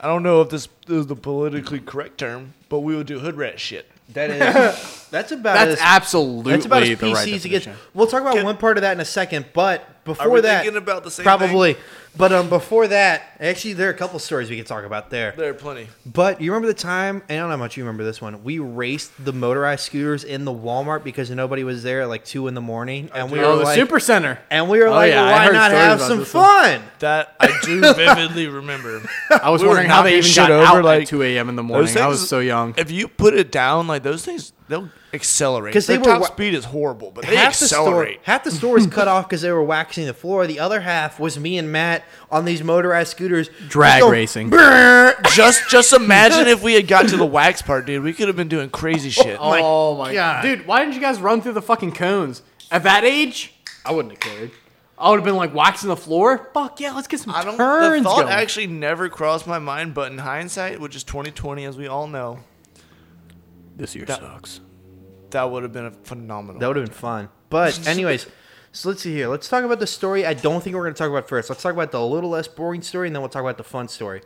I don't know if this is the politically correct term, but we would do hood rat shit.
That
*laughs*
is. that's about
That's
as,
absolutely
that's about as
the
PC as
right
it gets.
definition.
We'll talk about
Can-
one part of that in a second, but before
we
that,
thinking about the same
probably. But um, before that, actually, there are a couple stories we could talk about there.
There are plenty.
But you remember the time? I don't know how much you remember this one. We raced the motorized scooters in the Walmart because nobody was there at like two in the morning, and we
Oh,
were
the
like,
super center.
and we were
Oh,
like,
yeah, I
why
heard
not
stories
have
about
some
this one.
fun?
That I
*laughs*
do vividly remember.
I was
We were
wondering how they
knocking
even
shit
got
over,
out
like,
at 2 a.m. in the morning. I was so young.
If you put it down, like those things, they'll accelerate.
'Cause
Because
they
their
were
top
wa-
speed is horrible, but they
half the store,
accelerate.
half the store was cut off because they were waxing the floor. The other half was me and Matt on these motorized scooters,
Drag
just going,
racing.
"Brrr."
just, just imagine if we had got to the wax part, dude. We could have been doing crazy shit.
my
oh my
God.
god, dude! Why didn't you guys run through the fucking cones at that age? I wouldn't have cared. I would have been like waxing the floor. Fuck yeah, let's get some
I don't.
turns
The thought
going.
actually never crossed my mind, but in hindsight, which is 2020, as we all know,
this year
That-
sucks.
that would have been a phenomenal.
That would have been fun. But anyways, so let's see here. Let's talk about the story. I don't think we're going to talk about first. Let's talk about the little less boring story, and then we'll talk about the fun story.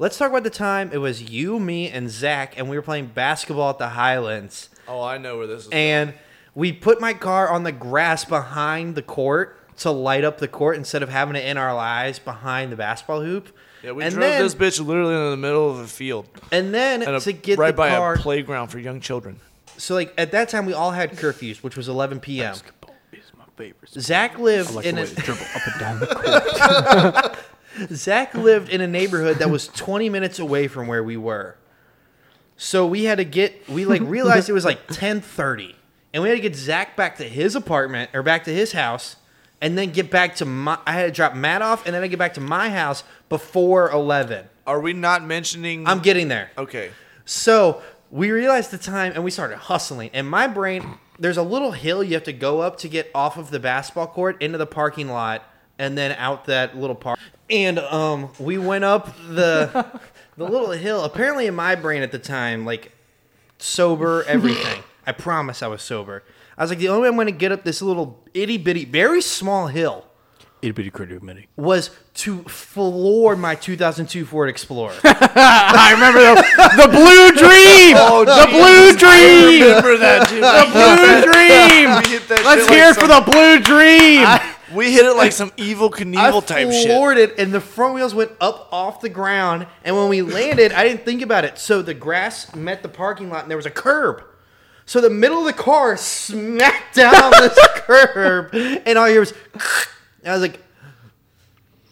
Let's talk about the time it was you, me, and Zach, and we were playing basketball at the Highlands.
oh, I know where this is.
and we put my car on the grass behind the court to light up the court instead of having it in our lives behind the basketball hoop.
yeah, we
and
drove
then,
this bitch literally in the middle of a field
And then
and a,
to get
right
the
by
car,
a playground for young children.
so like at that time we all had curfews, which was 11 p.m.
Basketball is my favorite. sport.
Zach lived
I like
in
the
a,
way they dribble up and
*laughs*
down the court.
Zach lived in a neighborhood that was 20 minutes away from where we were. So we had to get we like realized it was like 10:30 and we had to get Zach back to his apartment or back to his house and then get back to my I had to drop Matt off and then I get back to my house before 11.
Are we not mentioning?
I'm getting there.
okay.
So we realized the time and we started hustling. And my brain, there's a little hill you have to go up to get off of the basketball court into the parking lot and then out that little park. And um, we went up the the little hill. Apparently, in my brain at the time, like sober, everything. I promise I was sober. I was like, the only way I'm going to get up this little itty bitty, very small hill
It'd be critter mini.
was to floor my 2002 Ford Explorer.
I remember the, the
*laughs* Oh,
blue dream. the blue dream.
Remember that, dude.
The blue
*laughs* We
dream.
hit that
Let's
shit like
hear it for
some-
the blue dream.
We hit it like some evil
I
Knievel type shit.
floored it, and the front wheels went up off the ground. And when we landed, I didn't think about it. So the grass met the parking lot, and there was a curb. So the middle of the car smacked down on
*laughs*
this curb, and all I hear was, *sniffs* and I was like,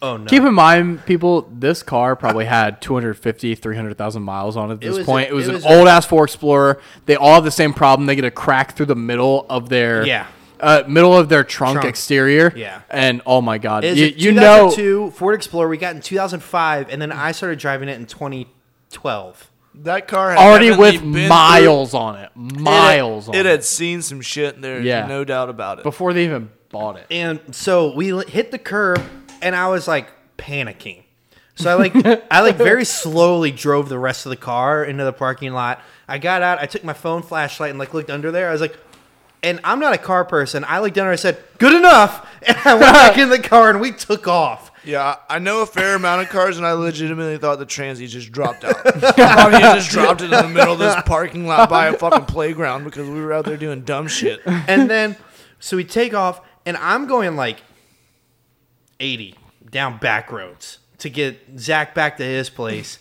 "Oh no!"
Keep in mind, people, this car probably had 250, 300,000 miles on it at this
was
point.
a-
it was
it
an
was a-
old ass 4 Explorer. They all have the same problem. They get a crack through the middle of their
Yeah.
uh, middle of their trunk,
Trunk.
exterior.
Yeah.
And oh my god,
It was
you,
a
you know,
2002 Ford Explorer we got in 2005, and then I started driving it in 2012.
That car had
already
definitely
with
been through-
miles on it,
It had-
miles
It,
on it,
had seen some shit. There's
Yeah.
no doubt about it.
before they even bought it.
and so we li- hit the curb and i was like panicking so i
*laughs*
like i like very slowly drove the rest of the car into the parking lot i got out i took my phone flashlight and like looked under there i was like and i'm not a car person i looked under i said good enough *laughs* and i went back in the car and we took off
Yeah, I I know a fair amount of cars, and I legitimately thought the transit just dropped
*laughs*
out. Thought he just dropped it in the middle of this parking lot by a fucking playground because we were out there doing dumb shit.
*laughs*
and then so we take off and i'm going like 80 down back roads to get zach back to his place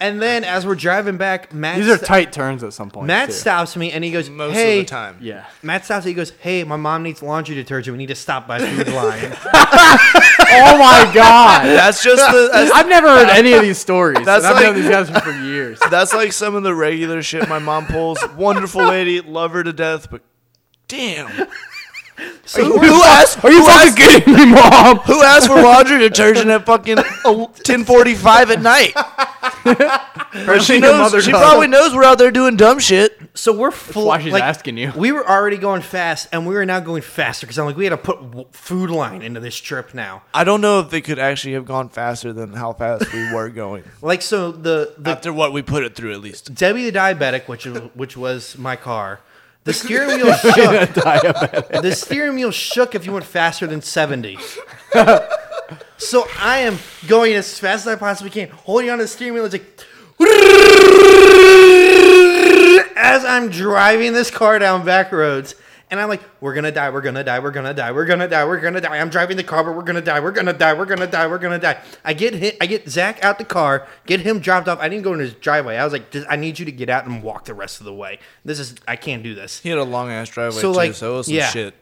and then as we're driving back matt
These are tight turns at some point.
Matt
too.
stops me and he goes,
Most
"Hey."
of the time.
Yeah.
Matt stops me. He goes, "Hey, my mom needs laundry detergent. We need to stop by
*laughs*
Food Lion."
Oh my god.
That's just the. That's,
I've never heard any of these stories. and
That's
I've known
like-
these guys for years.
that's like some of the regular shit my mom pulls. Wonderful lady, love her to death, but damn.
So
Who
we're-
asked?
Are you
who asked-
fucking kidding me, mom?
Who asked for laundry detergent at fucking el- 10:45 at night? she
your
knows.
mother
She
does.
probably knows we're out there doing dumb shit.
so we're full,
why she's
like,
asking you.
We were already going fast, and we were now going faster because I'm like, we had to put w- Food Lion into this trip now.
I don't know if they could actually have gone faster than how fast we were going.
Like, so the the
*laughs* After what we put it through, at least.
Debbie the diabetic, which is- which was my car, the
*laughs*
steering wheel
*laughs*
shook. the steering wheel shook if you went faster than 70. So I am going as fast as I possibly can, holding on to the steering wheel. It's like as I'm driving this car down back roads, and I'm like, "We're gonna die. We're gonna die. We're gonna die. We're gonna die. We're gonna die." I'm driving the car, but we're gonna die. We're gonna die. We're gonna die. We're gonna die. I get hit. I get Zach out the car. Get him dropped off. I didn't go in his driveway. I was like, "Just- "I need you to get out and walk the rest of the way. This is. I can't do this."
He had a long ass driveway
So,
too,
like,
so it was some
yeah.
shit.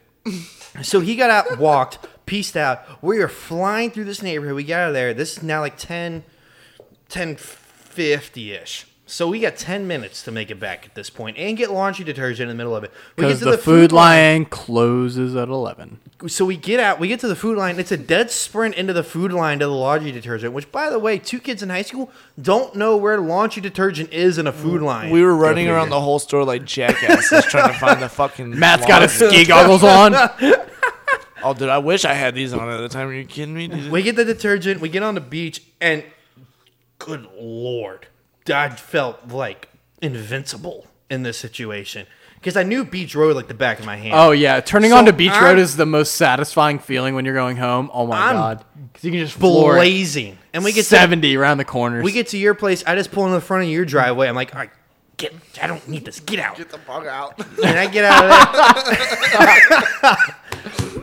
So he got out, walked, *laughs* pieced out. We are flying through this neighborhood. We got out of there. This is now like 10, 1050 ish. So we got 10 minutes to make it back at this point and get laundry detergent in the middle of it. We
Because the, food line closes at 11.
So we get out, we get to the food line. It's a dead sprint into the food line to the laundry detergent, which, by the way, two kids in high school don't know where laundry detergent is in a food line.
We were running around the whole store like jackasses trying to find the fucking.
Matt's got his
*laughs*
laundry.
ski goggles on.
Oh, dude, I wish I had these on at the time. Are you kidding me? dude?
We get the detergent, we get on the beach, and good lord, I felt like invincible in this situation because I knew Beach Road like the back of my hand.
Oh yeah, turning
So
onto Beach Road
I'm-
is the most satisfying feeling when you're going home. Oh my
I'm
god, because you can just floor it.
blazing, and we get to,
seventy around the corners.
we get to your place. I just pull in the front of your driveway. I'm like, all right, get, I don't need this. Get out.
the fuck out.
and I get out of
*laughs*
there.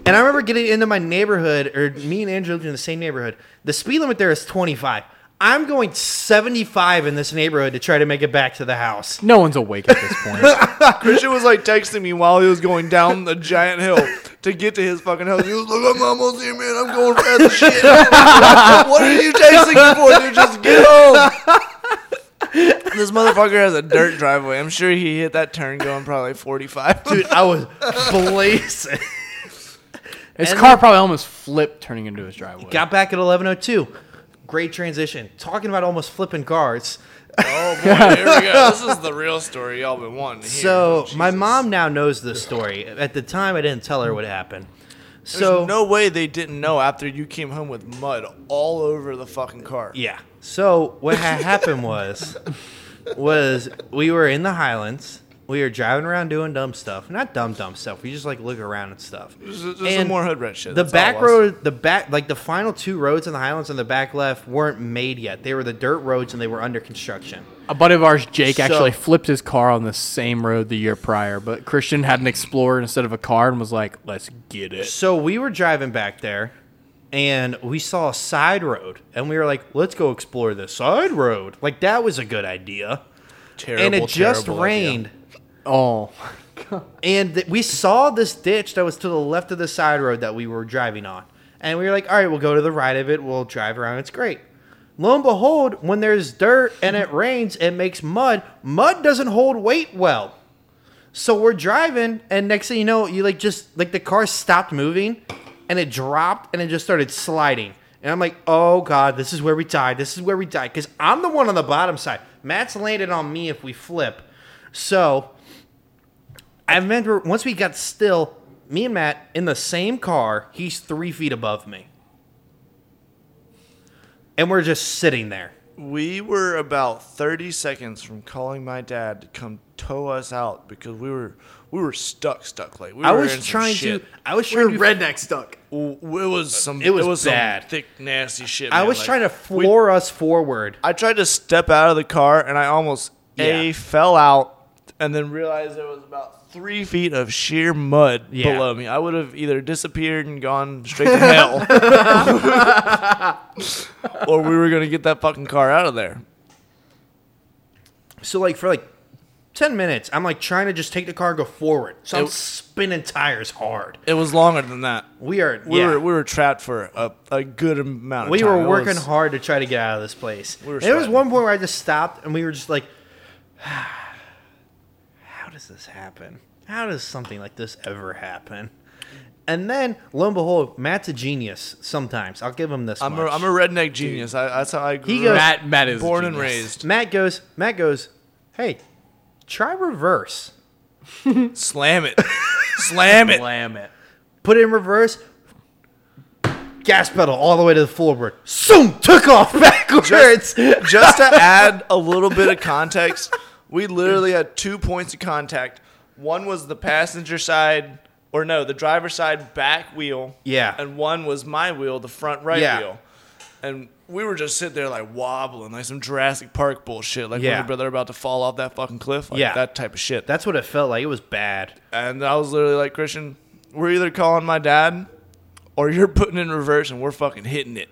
and I remember getting into my neighborhood, or me and Andrew lived in the same neighborhood. The speed limit there is 25. I'm going 75 in this neighborhood to try to make it back to the house.
no one's awake at this
*laughs*
point.
Christian was like texting me while he was going down the giant hill to get to his fucking house. He was like, "I'm almost here, man. I'm going fast as shit." what are you texting for? Dude, just get home. This motherfucker has a dirt driveway. I'm sure he hit that turn going probably
*laughs*
45.
Dude, I was blazing.
His
And
car probably almost flipped turning into his driveway.
Got back at 1102. Great transition. Talking about almost flipping cars.
Oh boy, here we go. This is the real story y'all been wanting to hear. Oh,
So my
Jesus.
mom now knows this story. At the time, I didn't tell her what happened.
There's
So
no way they didn't know after you came home with mud all over the fucking car.
Yeah. So what had happened was, was we were in the Highlands. We were driving around doing dumb stuff. Not dumb, dumb stuff. We just like look around and stuff.
Just, just some more hood rat shit.
The
that's all it
back
was.
road, the back, like the final two roads in the Highlands and the back left weren't made yet. They were the dirt roads and they were under construction.
a buddy of ours, Jake,
So-
actually flipped his car on the same road the year prior, but Christian had an Explorer instead of a car and was like, "Let's get it."
So we were driving back there and we saw a side road and we were like, let's go explore this side road. Like that was a good idea.
Terrible,
and it just
terrible idea.
rained.
Oh,
and th- we saw this ditch that was to the left of the side road that we were driving on and we were like all right we'll go to the right of it we'll drive around it's great lo and behold when there's dirt and it rains it makes mud mud doesn't hold weight well so we're driving and next thing you know you like just like the car stopped moving and it dropped and it just started sliding and i'm like oh god this is where we died this is where we died because i'm the one on the bottom side matt's landed on me if we flip so I remember once we got still, me and Matt in the same car, he's three feet above me. And we're just sitting there.
We were about 30 seconds from calling my dad to come tow us out because we were we were stuck, stuck. Like we
I
were
was
in some
trying to
shit.
I was trying to
redneck stuck.
W- It was some.
It was
some
bad.
thick, nasty shit.
I
man.
was
Like,
trying to
we-
floor us forward.
I tried to step out of the car and I almost a
Yeah.
fell out and then realized there was about three feet of sheer mud
Yeah.
below me. I would have either disappeared and gone straight
*laughs*
to hell, *laughs* or we were gonna get that fucking car out of there.
So like for like 10 minutes, I'm like trying to just take the car and go forward. So I'm
It-
spinning tires hard.
It was longer than that.
We are
We
yeah.
were we were trapped for a, a good amount of
we
time.
were
It
working
was-
hard to try to get out of this place.
We were
And there was
sweating.
one point where I just stopped and we were just like, *sighs* how does this happen? How does something like this ever happen? And then, lo and behold, Matt's a genius. Sometimes I'll give him this.
I'm a,
much.
I'm a redneck genius. I, that's how I grew
goes-
up,
Matt, Matt is a
born and
genius.
raised.
Matt goes. Matt goes. Hey, try reverse.
Slam *laughs* it, slam it.
Slam it.
Put it in reverse. Gas pedal all the way to the forward. Zoom. Took off *laughs* backwards.
just to add a little bit of context, we literally had two points of contact. One was the passenger side or no, the driver's side back wheel.
Yeah.
And one was my wheel, the front right
Yeah.
wheel. And we were just sitting there like wobbling, like some Jurassic Park bullshit, like
Yeah.
when your brother about to fall off that fucking cliff, like
Yeah.
that type of shit.
That's what it felt like. It was bad.
And I was literally like, Christian, we're either calling my dad, or you're putting in reverse, and we're fucking hitting *laughs* it.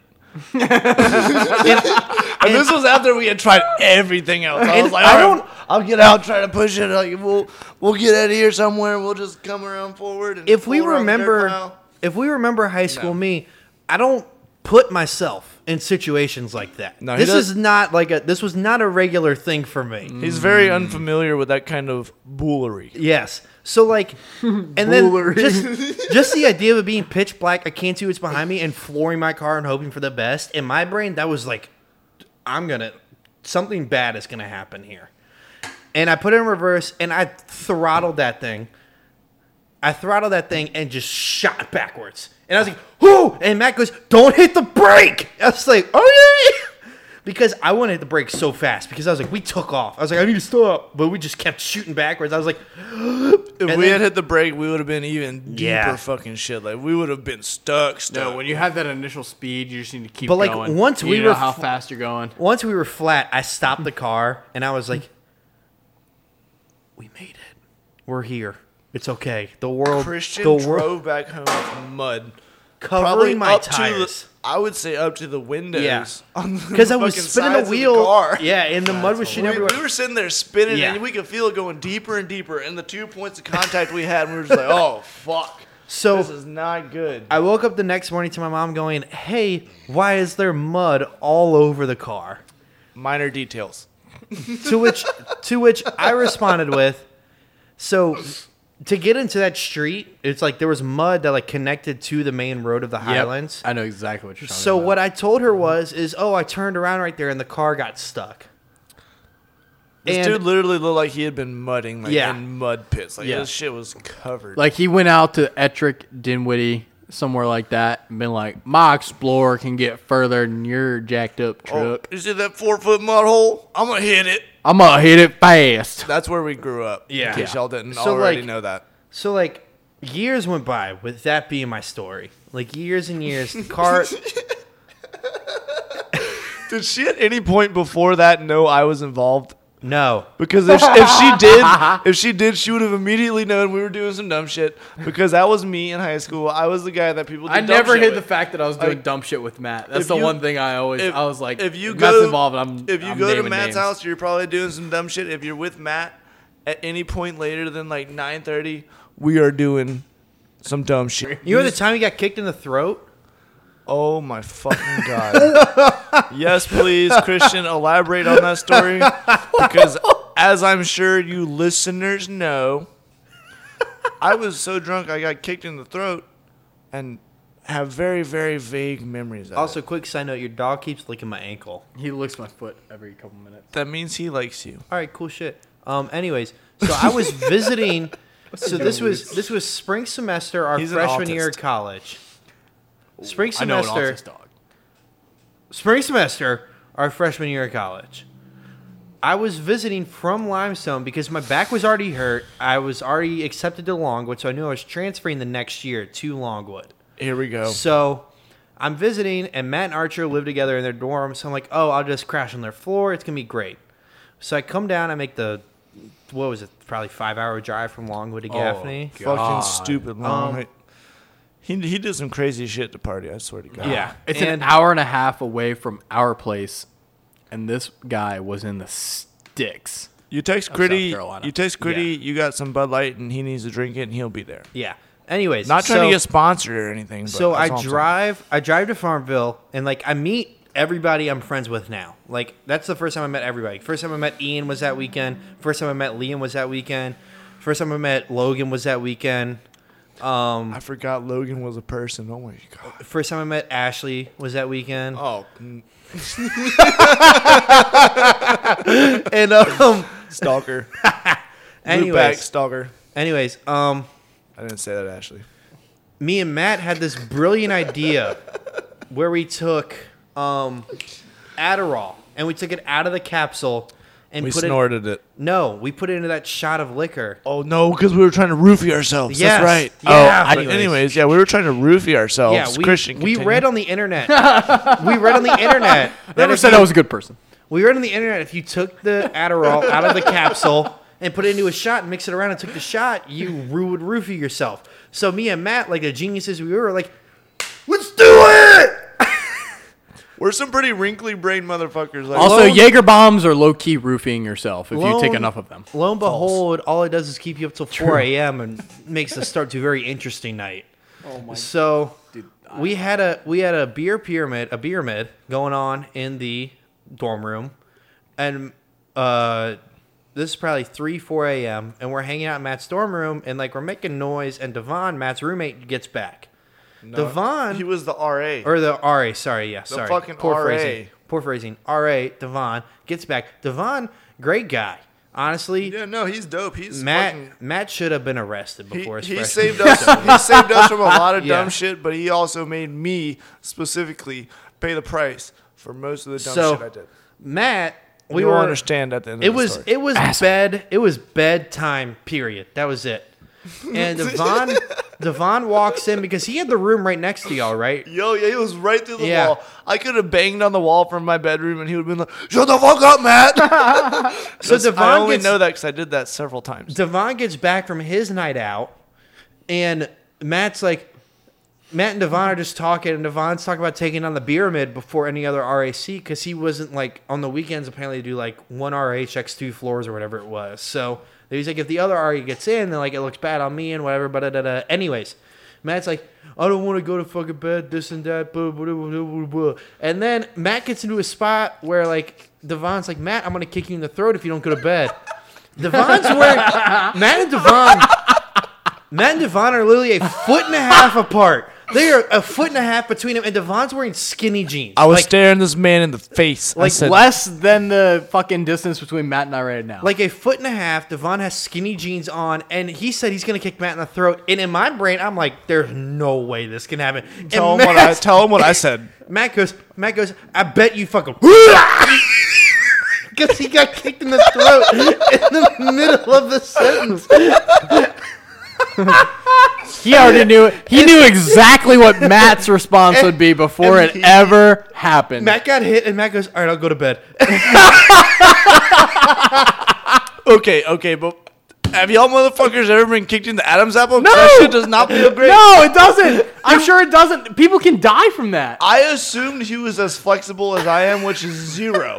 and this was after we had tried everything else. I was like, I don't. I'll get out, try to push it. Like we'll we'll get out of here somewhere. We'll just come around forward. And
if we
pull around the dirt
remember
pile.
if we remember high school me i don't put myself in situations like that
No, he
this
does-
is not like a this was not a regular thing for me
he's very unfamiliar with that kind of boolery.
yes so like and then just, just the idea of it being pitch black i can't see what's behind me and flooring my car and hoping for the best in my brain that was like i'm gonna something bad is gonna happen here and i put it in reverse and i throttled that thing I throttled that thing and just shot backwards. And I was like, whoo! And Matt goes, don't hit the brake. I was like, oh yeah. *laughs* Because I wanted to hit the brake so fast because I was like, we took off. I was like, I need to stop. But we just kept shooting backwards. I was like,
If we
then-
had hit the brake, we would have been even deeper
Yeah.
fucking shit. Like we would have been stuck. stuck.
No, when you have that initial speed, you just need to keep
But, like,
going.
once
you
we
need to
were
know how
fl-
fast you're going.
once we were flat, I stopped the car and I was like, we made it. We're here. It's okay. The world,
Christian
the world
drove back home with mud.
covering my
up
tires.
To the, I would say up to the windows.
Yeah.
on the
Because I was
fucking
spinning
sides
the
of
wheel.
car.
*laughs* Yeah, and the mud was shooting
We,
everywhere.
we were sitting there spinning,
Yeah.
and we could feel it going deeper and deeper. And the two points of contact we had, we were just like, "Oh fuck,
so
this is not good."
I woke up the next morning to my mom going, "Hey, why is there mud all over the car?"
Minor details.
To which to which I responded with, "So to get into that street, it's like there was mud that like connected to the main road of the
Yep.
Highlands.
I know exactly what you're talking
So
about.
what I told her was is, "Oh, I turned around right there and the car got stuck."
This
And-
dude literally looked like he had been mudding, like
Yeah.
in mud pits. Like
Yeah.
this shit was covered.
Like he went out to Ettrick, Dinwiddie, somewhere like that, and been like, my Explorer can get further than your jacked up
oh,
truck.
you see that four foot mud hole? I'm gonna hit it.
I'm gonna hit it fast.
That's where we grew up.
Yeah.
in case
Yeah.
y'all didn't
So,
already
like-
know that.
So like years went by with that being my story. Like years and years, the car
Did she at any point before that know I was involved?
no.
Because if, if
*laughs*
she did, if she did, she would have immediately known we were doing some dumb shit. Because that was me in high school. I was the guy that people. Did
I
dumb
never
shit
hid the
with.
fact that I was doing
Like,
dumb shit with Matt. That's
if
the
you-
one thing I always I was like,
if you
Matt's
go,
involved, I'm
if you
I'm
go to
naming
Matt's
names.
house, you're probably doing some dumb shit. If you're with Matt at any point later than like nine thirty, we are doing some dumb shit.
You know the time you got kicked in the throat?
Oh my fucking god! *laughs* yes, please, Christian, elaborate on that story because, as I'm sure you listeners know, I was so drunk I got kicked in the throat, and have very very vague memories. Of it.
Also, quick side note: your dog keeps licking my ankle.
He licks my foot every couple minutes.
that means he likes you.
All right, cool shit. Um, anyways, so I was visiting. so this was this was spring semester, our
He's an
freshman year of
autist.
college. Spring
I know an
semester,
office dog.
spring semester, our freshman year of college. I was visiting from Limestone because my back was already hurt. I was already accepted to Longwood, so I knew I was transferring the next year to Longwood.
Here we go.
So I'm visiting, and Matt and Archer live together in their dorm. So I'm like, oh, I'll just crash on their floor. It's going to be great. So I come down, I make the, what was it, probably five hour drive from Longwood to
Oh,
Gaffney.
Fucking stupid
Um,
long. night. he he did some crazy shit at the party. I swear to God.
Yeah.
It's
And-
an hour and a half away from our place, and this guy was in the sticks.
You text
South
Gritty.
Carolina.
You text Gritty. You got some Bud Light, and he needs to drink it, and he'll be there.
Yeah. Anyways,
Not trying
so-
to get sponsored or anything. But
so
that's all
I
I'm saying.
drive I drive to Farmville and like I meet everybody I'm friends with now. Like that's the first time I met everybody. First time I met Ian was that weekend. First time I met Liam was that weekend. First time I met Logan was that weekend.
I forgot Logan was a person. Oh my god.
First time I met Ashley was that weekend.
Oh,
And um
*laughs*
*laughs*
stalker. Loopback
anyways,
stalker.
anyways, um
I didn't say that, Ashley.
me and Matt had this brilliant idea where we took um, Adderall and we took it out of the capsule and
We
put it.
snorted it.
No, we put it into that shot of liquor.
Oh no, because we were trying to roofie ourselves.
Yes.
That's right.
Yeah.
Oh, but anyways.
Anyways.
yeah, we were trying to roofie ourselves.
Yeah, we,
Christian,
we
continue.
read on the
*laughs*
internet. we read on the internet. that
Never
if
said
you-
I was a good person.
We read on the internet if you took the Adderall out of the capsule and put it into a shot and mix it around and took the shot, you ru- would roofie yourself. So me and Matt, like the geniuses we were, were like, let's do it.
We're some pretty wrinkly brain motherfuckers. Like,
Also,
Lone-
Jaeger bombs are low key roofing yourself if you take
Lone-
enough of them.
Lo and behold, all it does is keep you up till 4 a.m. and makes the start to a very interesting night. *laughs* Oh my! So we had a we had a beer pyramid a beer mid going on in the dorm room, and uh, this is probably three four a.m. and we're hanging out in Matt's dorm room and like we're making noise and Devon Matt's roommate gets back. Devon
he was the RA.
or the RA. Sorry, yeah, sorry.
fucking
Poor
RA.
phrasing. Poor phrasing. RA Devon gets back. Devon, great guy. Honestly,
yeah, no, he's dope. He's
Matt
fucking-
Matt should have been arrested
He,
before his
he
freshman
saved
year.
us. *laughs* he saved us from a lot of
Yeah.
dumb shit, but he also made me specifically pay the price for most of the dumb shit I
So
did.
Matt, we
We
were
will understand at the end.
It
of the
was
story.
it was bed it was bedtime period. That was
*laughs*
it. And Devon Devon walks in because he had the room right next to y'all, right?
Yo, yeah, he was right through the
Yeah.
wall. I could have banged on the wall from my bedroom, and he would have been like, "Shut the fuck up, *laughs* Matt."
So
I
Devon
only
gets
know that because I did that several times.
Devon gets back from his night out, and Matt's like, Matt and Devon are just talking, and Devon's talking about taking on the pyramid before any other RAC because he wasn't like on the weekends apparently they do like one RHX two floors or whatever it was. So he's like, if the other RA gets in, then like it looks bad on me and whatever. But da, da, da. anyways, Matt's like, I don't want to go to fucking bed, this and that, blah, blah, blah, blah, blah, blah. and then Matt gets into a spot where like Devon's like, Matt, I'm gonna kick you in the throat if you don't go to bed. Devon's wearing Matt and Devon. Matt and Devon are literally a foot and a half apart. They are a foot and a half between them, and Devon's wearing skinny jeans.
I was
like,
staring this man in the face. I
Like
said,
less than the fucking distance between Matt and I right now.
like a foot and a half. Devon has skinny jeans on, and he said he's gonna kick Matt in the throat. And in my brain, I'm like, there's no way this can happen. And
tell him what *laughs* I
Matt,
tell him what I said.
*laughs* Matt goes, Matt goes, I bet you fucking. *laughs* Because he got kicked in the throat in the middle of the sentence.
he already knew it. He *laughs* knew exactly what Matt's response would be before it
and he-
ever happened.
Matt got hit, and Matt goes, All right, I'll go to bed.
Okay, okay, but have y'all motherfuckers ever been kicked in the Adam's apple?
No!
that shit does not *laughs* feel great.
No, it doesn't. I'm sure it doesn't. People can die from that.
I assumed he was as flexible as I am, which is zero.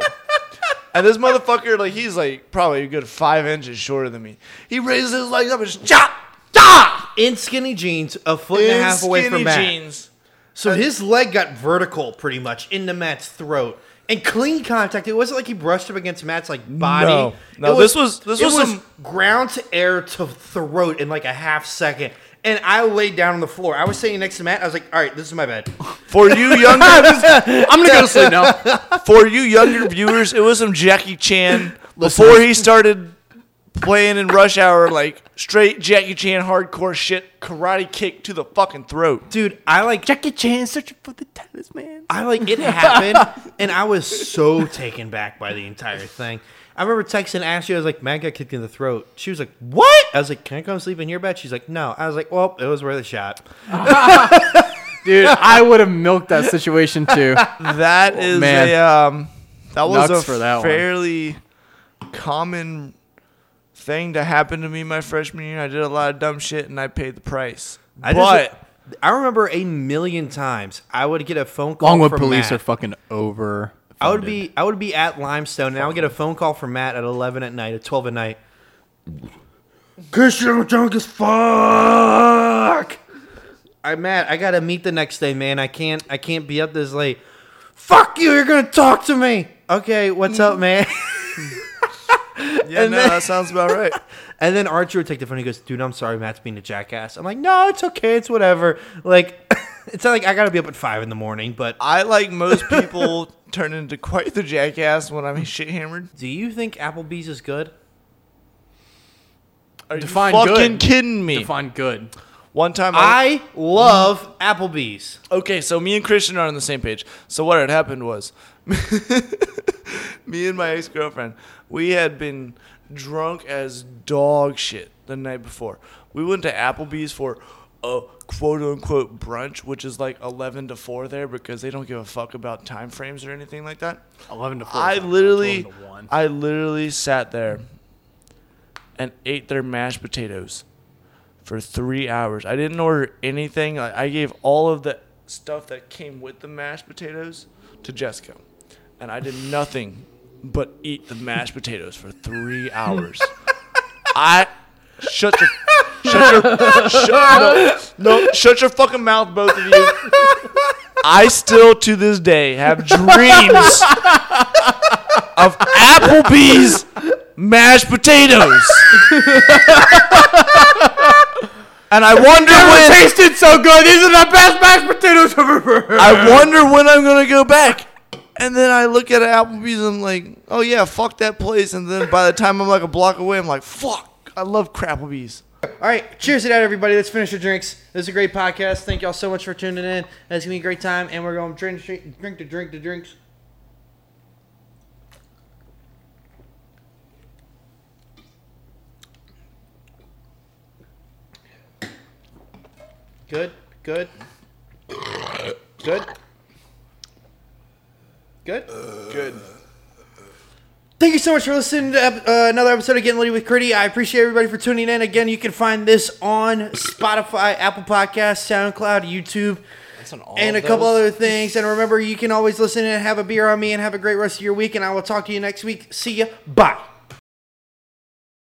and this motherfucker, like, he's like probably a good five inches shorter than me. He raises his legs up and just chop,
Ah,
chop.
in skinny jeans, a foot and a half away from Matt. So his leg got vertical pretty much into Matt's throat. And clean contact. It wasn't like he brushed up against Matt's like body.
No. No,
It
this was- this
it
was some-
ground to air to throat in like a half second. And I laid down on the floor. I was sitting next to Matt. I was like, "All right, this is my bed."
For you
*laughs*
younger,
I'm gonna go to sleep *laughs* now.
for you younger viewers, it was some Jackie Chan before he started playing in Rush Hour, like straight Jackie Chan hardcore shit, karate kick to the fucking throat.
Dude, I like
Jackie Chan searching for the talisman.
I like it
*laughs*
happened, and I was so taken back by the entire thing. I remember texting Ashley. I was like, "Matt got kicked in the throat." She was like, "What?" I was like, "Can I come sleep in your bed?" She's like, "No." I was like, "Well, it was worth a shot."
*laughs* Dude, I would have milked that situation *laughs* too.
That is
man.
a um, that was
Nuts
a
for that one.
fairly common thing to happen to me my freshman year. I did a lot of dumb shit and I paid the price.
I
but
just, I remember a million times I would get a phone call.
Longwood
from
police
Matt.
are fucking over.
I would be I would be at Limestone, and I would get a phone call from Matt at eleven at night, at twelve at night. Christian, I'm drunk as fuck. I Matt, I gotta meet the next day, man. I can't I can't be up this late. Fuck you! You're gonna talk to me. Okay, what's up, man? *laughs*
yeah,
and
no,
then-
that sounds about *laughs* right.
And then Archie would take the phone. He goes, "Dude, I'm sorry, Matt's being a jackass." I'm like, "No, it's okay. It's whatever." Like, *laughs* it's not like I gotta be up at five in the morning, but
I like most people
*laughs*
turn into quite the jackass when I'm shit hammered.
Do you think Applebee's is good?
Are
Define
you fucking
good.
kidding me?
Define good.
One time,
I love Applebee's.
Okay, so me and Christian are on the same page. So what had happened was *laughs* me and my ex girlfriend, we had been drunk as dog shit the night before. We went to Applebee's for a quote unquote brunch, which is like 11 to 4 there because they don't give a fuck about time frames or anything like that.
Eleven to four.
I
is not
literally,
Eleven to one.
I literally sat there and ate their mashed potatoes for three hours. I didn't order anything. I, I gave all of the stuff that came with the mashed potatoes to Jessica, and I did nothing but eat the mashed potatoes
*laughs*
for three hours. I shut your. Shut your shut, no, no, shut your fucking mouth, both of you. I still to this day
*laughs*
have dreams of Applebee's mashed potatoes. and I wonder
Never
when
tasted so good. These are the best mashed potatoes *laughs* I've ever. Heard.
I wonder when I'm gonna go back. And then I look at Applebee's and I'm like, oh yeah, fuck that place. And then by the time I'm like a block away, I'm like, fuck, I love Crapplebee's.
All right, cheers it out, everybody. Let's finish your drinks. This is a great podcast. Thank y'all so much for tuning in. It's gonna be a great time, and we're going to drink, drink, drink to drink to drinks. Good, good, good, good.
Good.
Thank you so much for listening to ep- uh, another episode of Getting Litty with Critty. I appreciate everybody for tuning in. Again, you can find this on Spotify, Apple Podcasts, SoundCloud, YouTube, and a couple other things. And remember, you can always listen and have a beer on me and have a great rest of your week. And I will talk to you next week. See ya. Bye.